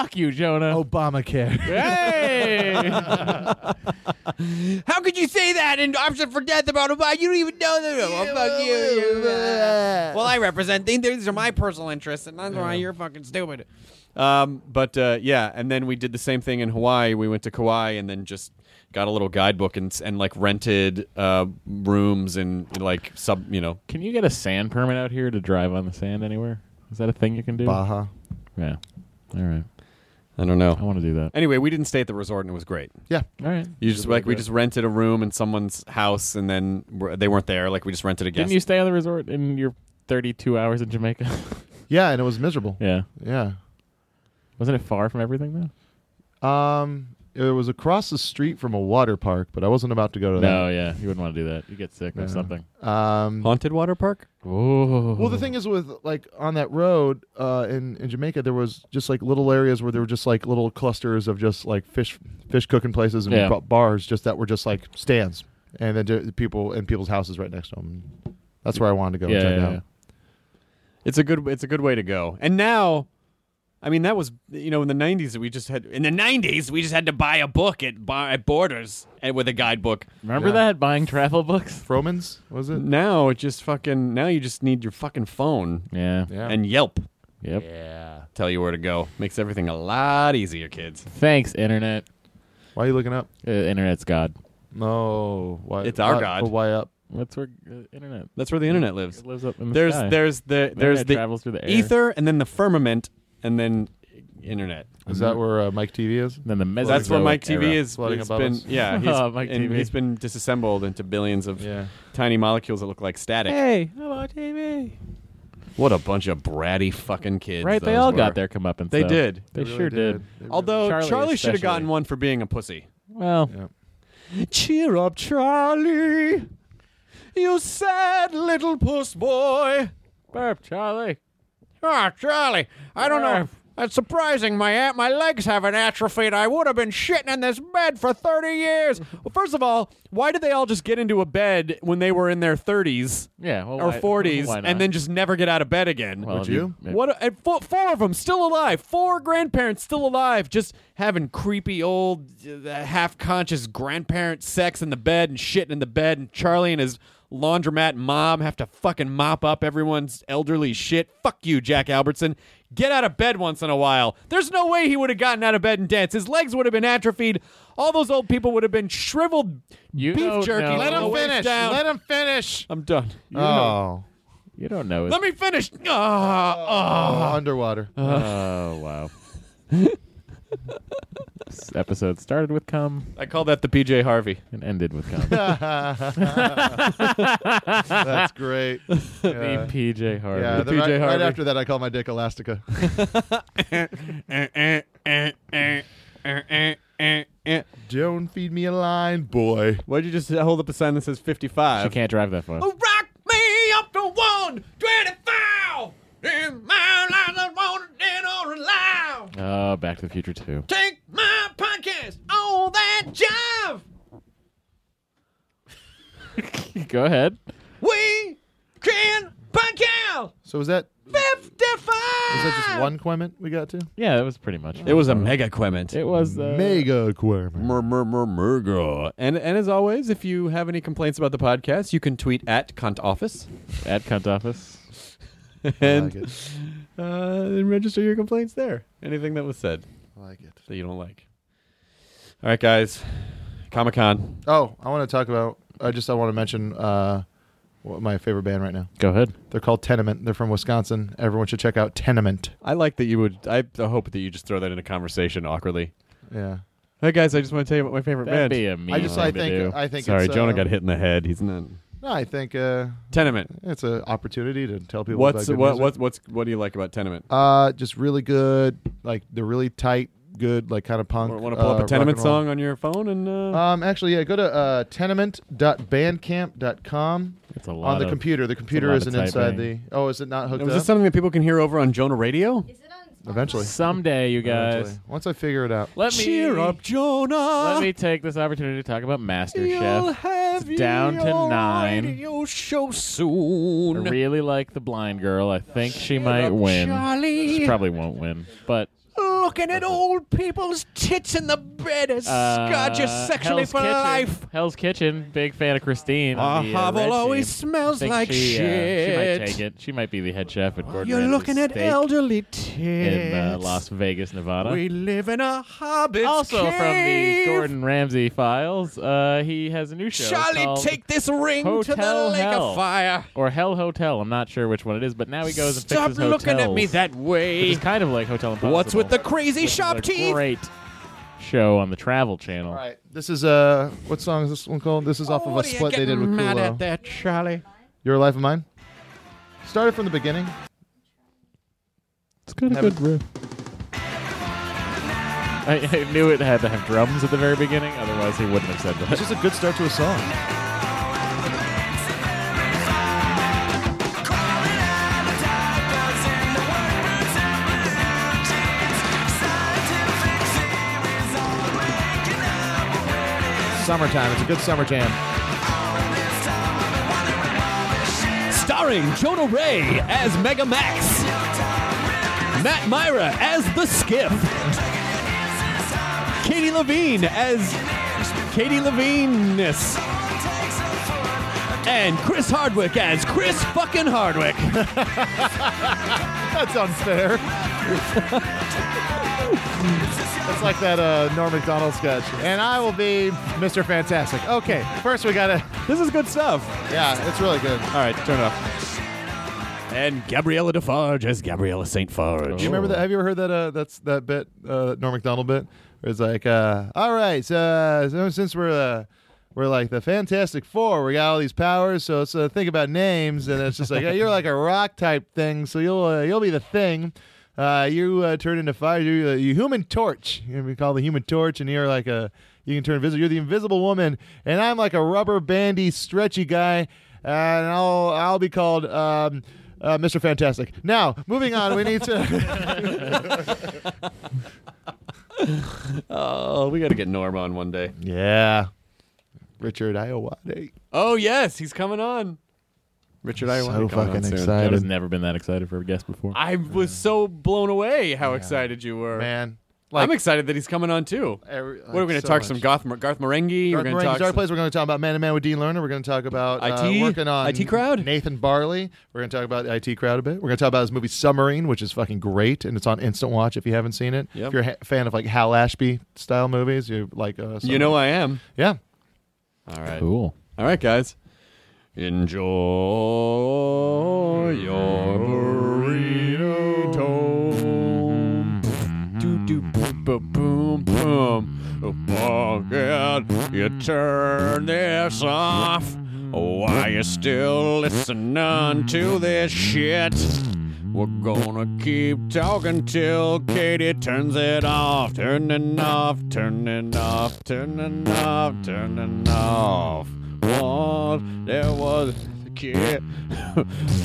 Speaker 4: Fuck you, Jonah.
Speaker 1: [laughs]
Speaker 5: Obamacare.
Speaker 4: Hey.
Speaker 1: how could you say that in option for death about Obama? you don't even know them oh, fuck you, well i represent these these are my personal interests and that's why you're fucking stupid um, but uh, yeah and then we did the same thing in hawaii we went to kauai and then just got a little guidebook and, s- and like rented uh, rooms and like sub you know
Speaker 4: Can you get a sand permit out here to drive on the sand anywhere? Is that a thing you can do?
Speaker 5: Baja.
Speaker 4: Yeah. All right.
Speaker 1: i don't
Speaker 4: I
Speaker 1: know
Speaker 4: want to do that.
Speaker 1: anyway we didn't stay at the resort and it was great
Speaker 5: Yeah.
Speaker 4: All right.
Speaker 1: you just like we just rented a room in someone's house and then we're, they weren't there like we just rented a guest
Speaker 4: Didn't you stay on the resort in your 32 hours in Jamaica?
Speaker 5: Yeah, and it was miserable.
Speaker 4: yeah.
Speaker 5: Yeah.
Speaker 4: Wasn't it far from everything though?
Speaker 5: Um, it was across the street from a water park, but I wasn't about to go to
Speaker 4: No, yeah. You wouldn't want to do that. You get sick
Speaker 5: Yeah.
Speaker 4: or something.
Speaker 5: that. Um,
Speaker 1: haunted water park
Speaker 4: Oh.
Speaker 5: well, the thing is with like on that road uh, in in Jamaica, there was just like little areas where there were just like little clusters of just like fish fish cooking places and
Speaker 4: Yeah.
Speaker 5: ba- bars, just that were just like stands, and then ju- people and people's houses right next to them. That's where I wanted to go.
Speaker 4: Yeah,
Speaker 5: check it
Speaker 4: yeah,
Speaker 5: out.
Speaker 4: yeah.
Speaker 1: It's a good it's a good way to go. And now I mean that was you know in the 90s we just had in the 90s we just had to buy a book at bar, at Borders and with a guidebook.
Speaker 4: Remember
Speaker 5: Yeah.
Speaker 4: that buying travel
Speaker 5: [laughs]
Speaker 4: books?
Speaker 5: Froman's was it?
Speaker 1: Now it just fucking now you just need your fucking phone
Speaker 4: Yeah.
Speaker 5: Yeah.
Speaker 1: and Yelp
Speaker 4: Yep.
Speaker 1: tell you where to go. Makes everything a lot easier, kids.
Speaker 4: Thanks, internet.
Speaker 5: Why are you looking up?
Speaker 4: Uh, internet's god.
Speaker 5: No, why?
Speaker 1: It's our
Speaker 5: why-
Speaker 1: god.
Speaker 5: but Why up?
Speaker 4: That's where uh, internet
Speaker 1: That's where the internet lives.
Speaker 4: it lives up in the
Speaker 1: There's
Speaker 4: sky.
Speaker 1: there's the there's
Speaker 4: Internet
Speaker 1: the
Speaker 4: travels through the air.
Speaker 1: ether and then the firmament and then internet.
Speaker 5: Is that where uh, Mike TV is?
Speaker 4: Then the Mesozoic
Speaker 1: That's where Mike TV
Speaker 4: era.
Speaker 1: is.
Speaker 5: Floating
Speaker 1: has
Speaker 5: above
Speaker 1: been,
Speaker 5: us.
Speaker 1: yeah, he's,
Speaker 4: Oh, Mike
Speaker 1: and
Speaker 4: TV.
Speaker 1: he's been disassembled into billions of
Speaker 5: Yeah.
Speaker 1: tiny molecules that look like static.
Speaker 4: Hey, hello TV.
Speaker 1: What a bunch of bratty fucking kids.
Speaker 4: Right, they
Speaker 1: those
Speaker 4: all
Speaker 1: were.
Speaker 4: got their comeuppance.
Speaker 1: They
Speaker 4: though.
Speaker 1: did.
Speaker 4: They,
Speaker 5: really
Speaker 4: sure did.
Speaker 5: They really
Speaker 1: Although
Speaker 4: Charlie
Speaker 1: Charlie, should have
Speaker 4: especially.
Speaker 1: gotten one for being a pussy.
Speaker 4: Well,
Speaker 5: Yeah.
Speaker 1: Cheer up, Charlie. You sad little puss boy.
Speaker 4: burp, Charlie.
Speaker 1: Ah, Charlie. I don't know. That's surprising. My aunt, my legs haven't atrophied. I would have been shitting in this bed for 30 years. Well, first of all, why did they all just get into a bed when they were in their 30s
Speaker 4: Yeah, well,
Speaker 1: or
Speaker 4: why-
Speaker 1: 40s
Speaker 4: why not?
Speaker 1: and then just never get out of bed again?
Speaker 4: well,
Speaker 5: Would
Speaker 4: if
Speaker 5: you?
Speaker 4: if-
Speaker 1: What? A, and four, four of them still alive. Four grandparents still alive, just having creepy old, uh, half-conscious grandparent sex in the bed and shitting in the bed, and Charlie and his laundromat mom have to fucking mop up everyone's elderly shit. Fuck you, Jack Albertson. Get out of bed once in a while. There's no way he would have gotten out of bed and danced. His legs would have been atrophied. All those old people would have been shriveled
Speaker 4: You
Speaker 1: beef
Speaker 4: don't
Speaker 1: jerky.
Speaker 4: know. Let
Speaker 1: from the
Speaker 4: 'em
Speaker 1: waist Down.
Speaker 5: him finish.
Speaker 1: I'm done.
Speaker 5: Oh.
Speaker 4: You don't know.
Speaker 1: Let me finish. Ah, ah.
Speaker 5: underwater.
Speaker 4: oh wow. this episode started with cum
Speaker 1: I call that the PJ Harvey.
Speaker 4: and ended with cum.
Speaker 5: [laughs] That's great.
Speaker 4: The
Speaker 5: Yeah.
Speaker 4: PJ Harvey.
Speaker 5: Yeah,
Speaker 4: the
Speaker 5: then right,
Speaker 4: PJ
Speaker 5: right
Speaker 4: Harvey.
Speaker 5: after that, I call my dick Elastica. [laughs]
Speaker 1: Eh,
Speaker 5: Don't feed me a line, boy.
Speaker 1: Why'd you just hold up a sign that says 55?
Speaker 4: she can't drive that far.
Speaker 1: Rock me up to 125! In my life, I want it dead or alive!
Speaker 4: Oh, Back to the Future too.
Speaker 1: Take my podcast, all that jive!
Speaker 4: [laughs] Go ahead.
Speaker 1: We can podcast
Speaker 5: So is that is
Speaker 1: 55!
Speaker 5: that just one Quement we got to?
Speaker 4: Yeah, that was pretty much.
Speaker 1: It was a mega quement.
Speaker 4: It was. Uh,
Speaker 5: Mega Quement.
Speaker 1: Murmur, and and as always, if you have any complaints about the podcast, you can tweet at cunt office
Speaker 4: at cunt office.
Speaker 5: I
Speaker 1: and
Speaker 5: like it.
Speaker 1: uh, and register your complaints there. Anything that was said
Speaker 5: I like it.
Speaker 1: that you don't like. All right, guys. Comic Con.
Speaker 5: Oh, I want to talk about. I just I want to mention uh, wh- my favorite band right now.
Speaker 4: Go ahead.
Speaker 5: They're called Tenement. They're from Wisconsin. Everyone should check out Tenement.
Speaker 1: I like that you would. I hope that you just throw that in a conversation awkwardly.
Speaker 5: Yeah.
Speaker 1: Hey guys, I just want to tell you about my favorite
Speaker 4: That'd
Speaker 1: band.
Speaker 4: be a mean
Speaker 5: I just
Speaker 4: thing
Speaker 5: I
Speaker 4: to
Speaker 5: think
Speaker 4: do.
Speaker 5: I think
Speaker 1: Sorry,
Speaker 5: it's,
Speaker 1: Jonah
Speaker 5: uh,
Speaker 1: got hit in the head. He's not
Speaker 5: No, I think uh,
Speaker 1: Tenement.
Speaker 5: it's an opportunity to tell people.
Speaker 1: What's
Speaker 5: about good
Speaker 1: what
Speaker 5: music.
Speaker 1: what's what's what do you like about Tenement?
Speaker 5: Uh, just really good. Like they're really tight, good, like kind of punk.
Speaker 1: Want to pull
Speaker 5: uh,
Speaker 1: up a
Speaker 5: rock and
Speaker 1: Tenement
Speaker 5: roll.
Speaker 1: song on your phone and uh,
Speaker 5: Um, actually, yeah. Go to uh, tenement.bandcamp.com
Speaker 4: It's a lot
Speaker 5: on the
Speaker 4: of-
Speaker 5: computer. The computer
Speaker 4: lot of
Speaker 5: isn't inside the.
Speaker 4: typing.
Speaker 5: Oh, is it not hooked
Speaker 1: was
Speaker 5: up?
Speaker 1: this something that people can hear over on Jonah Radio?
Speaker 5: Eventually.
Speaker 4: Someday, you guys.
Speaker 5: Eventually. Oh, Once I figure it out.
Speaker 4: Let me
Speaker 1: Cheer up, Jonah.
Speaker 4: Let me take this opportunity to talk about Master
Speaker 1: You'll
Speaker 4: Chef.
Speaker 1: have
Speaker 4: It's down to
Speaker 1: your
Speaker 4: nine.
Speaker 1: radio show
Speaker 4: I
Speaker 1: soon.
Speaker 4: really like the blind girl. I think she might win. She
Speaker 1: Charlie,
Speaker 4: probably won't win, but
Speaker 1: looking at
Speaker 4: Uh-huh.
Speaker 1: old people's tits in the bed has
Speaker 4: uh,
Speaker 1: scarred you sexually
Speaker 4: Hell's
Speaker 1: for
Speaker 4: Kitchen,
Speaker 1: life.
Speaker 4: Hell's Kitchen, big fan of Christine.
Speaker 1: Our
Speaker 4: on the, uh,
Speaker 1: hovel
Speaker 4: red
Speaker 1: always
Speaker 4: team.
Speaker 1: smells
Speaker 4: Think
Speaker 1: like
Speaker 4: she, uh,
Speaker 1: shit.
Speaker 4: she might take it. She might be the head chef at Gordon
Speaker 1: You're
Speaker 4: Ramsay's
Speaker 1: looking at
Speaker 4: Steak
Speaker 1: elderly
Speaker 4: in
Speaker 1: tits.
Speaker 4: uh, Las Vegas, Nevada.
Speaker 1: We live in a hobbit's
Speaker 4: also from the
Speaker 1: cave.
Speaker 4: Gordon Ramsay files, uh, he has a new show.
Speaker 1: Charlie,
Speaker 4: called-
Speaker 1: take this ring to the
Speaker 4: Hotel
Speaker 1: lake
Speaker 4: Hell.
Speaker 1: of fire.
Speaker 4: or Hell Hotel. I'm not sure which one it is, but now he goes and
Speaker 1: Stop
Speaker 4: fixes hotels.
Speaker 1: looking at me that
Speaker 4: which
Speaker 1: way.
Speaker 4: is kind of like Hotel Impossible.
Speaker 1: What's with the crazy
Speaker 4: Which is
Speaker 1: sharp
Speaker 4: a
Speaker 1: teeth?
Speaker 4: Great show on the Travel Channel.
Speaker 5: All right. This is uh, what song is this one called? This is off of
Speaker 1: What
Speaker 5: a
Speaker 1: are you
Speaker 5: split they did
Speaker 1: Oh, getting
Speaker 5: with
Speaker 1: mad
Speaker 5: Kulo.
Speaker 1: at that, Charlie?
Speaker 5: Your life of mine. Started from the beginning.
Speaker 4: It's got
Speaker 5: a Have good
Speaker 4: riff. I, I knew it had to have drums at the very beginning, otherwise he wouldn't have said
Speaker 5: It's
Speaker 4: that.
Speaker 5: just a good start to a song. Summertime. It's a good summer jam.
Speaker 1: Starring Jonah Ray as Mega Max, Matt Myra as the Skiff, Katie Levine as Katie Levineness, and Chris Hardwick as Chris fucking Hardwick. [laughs]
Speaker 5: That's unfair. It's like that uh, Norm McDonald sketch. And I will be Mr. Fantastic. Okay, first we gotta.
Speaker 1: This is good stuff.
Speaker 5: Yeah, it's really good.
Speaker 1: All right, turn it off. And Gabriella Defarge as Gabriella St. Farge.
Speaker 5: Do you remember that? Have you ever heard that? Uh, that's that bit, uh, Norm Macdonald bit. Where it's like, uh, all right, so, uh, so since we're uh, we're like the Fantastic Four, we got all these powers, so so think about names, and it's just like uh, you're like a rock type thing, so you'll uh, you'll be the thing. Uh, you uh, turn into fire. You, uh, you Human Torch. You're gonna be called the Human Torch, and you're like a you can turn invisible. You're the Invisible Woman, and I'm like a rubber bandy stretchy guy, and I'll I'll be called. Um, uh, Mr. Fantastic. Now, moving on, we need to.
Speaker 1: Oh, we got to get Norm on one day.
Speaker 5: Yeah. Richard Iowade.
Speaker 1: Oh, yes, he's coming on. Richard I
Speaker 5: So fucking excited.
Speaker 4: Jonah's never been that excited for a guest before.
Speaker 1: I was so blown away how excited you were.
Speaker 5: Man.
Speaker 1: I'm excited that he's coming on too.
Speaker 5: every-
Speaker 1: what are we going
Speaker 5: like
Speaker 1: to
Speaker 5: so
Speaker 1: talk
Speaker 5: much.
Speaker 1: some Garth, Garth Marenghi? we're going
Speaker 5: Dark Marines,
Speaker 1: to talk.
Speaker 5: Dark
Speaker 1: some-
Speaker 5: Place. We're going to talk about Man to Man with Dean Lerner. We're going to talk about uh,
Speaker 1: IT?
Speaker 5: working on
Speaker 1: IT Crowd?
Speaker 5: Nathan Barley. We're going to talk about IT Crowd a bit. We're going to talk about his movie Submarine, which is fucking great, and it's on Instant Watch if you haven't seen it.
Speaker 1: Yep.
Speaker 5: If you're a ha- fan of like Hal Ashby style movies, you like uh,
Speaker 1: you know I am.
Speaker 5: Submarine. yeah.
Speaker 1: All right.
Speaker 4: cool.
Speaker 1: All right, guys. Enjoy your burrito. Do do boom boom boom. Oh, Forget you turn this off. Why you still listening to this shit? We're gonna keep talking till Katie turns it off. Turning off, turning off, turning off, turning off. What there was a kid. [laughs]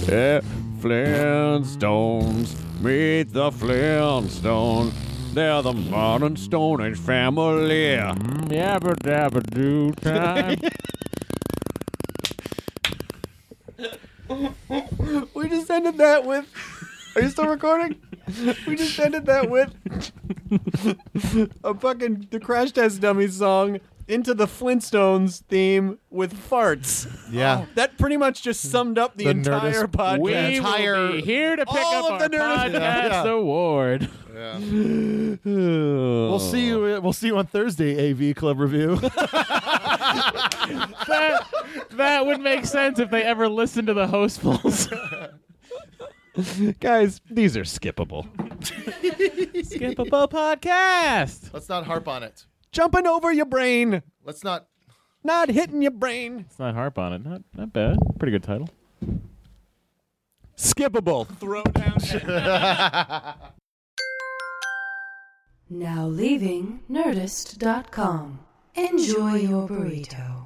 Speaker 1: Eh, Flintstones, meet the Flintstones. They're the modern Stone Age family.
Speaker 4: Yabba dabba
Speaker 1: [laughs]
Speaker 4: doo time.
Speaker 1: We just ended that with. Are you still recording? We just ended that with a fucking the Crash Test Dummies song into the Flintstones theme with farts.
Speaker 5: Yeah.
Speaker 1: That pretty much just summed up the,
Speaker 5: The
Speaker 1: entire
Speaker 5: Nerdist-
Speaker 1: podcast.
Speaker 4: we
Speaker 5: That's
Speaker 4: will
Speaker 5: higher-
Speaker 4: be here to pick
Speaker 1: All
Speaker 4: up
Speaker 1: of
Speaker 4: our
Speaker 1: the nerds-
Speaker 4: podcast
Speaker 5: Yeah, yeah.
Speaker 4: award.
Speaker 5: We'll see you. We'll see you on Thursday. AV Club Review.
Speaker 4: [laughs] That would make sense if they ever listened to the hostfuls.
Speaker 1: [laughs] Guys, these are skippable.
Speaker 4: [laughs] Skippable podcast.
Speaker 5: Let's not harp on it.
Speaker 1: Jumping over your brain,
Speaker 5: Let's not.
Speaker 1: not hitting your brain.
Speaker 4: Let's not harp on it. Not not bad. Pretty good title.
Speaker 1: Skippable.
Speaker 6: Throw down.
Speaker 3: Now leaving Nerdist.com. Enjoy your burrito.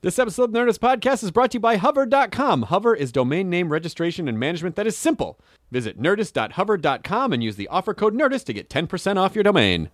Speaker 1: This episode of Nerdist Podcast is brought to you by Hover.com. Hover is domain name registration and management that is simple. Visit nerdist.hover.com and use the offer code NERDIST to get 10% off your domain.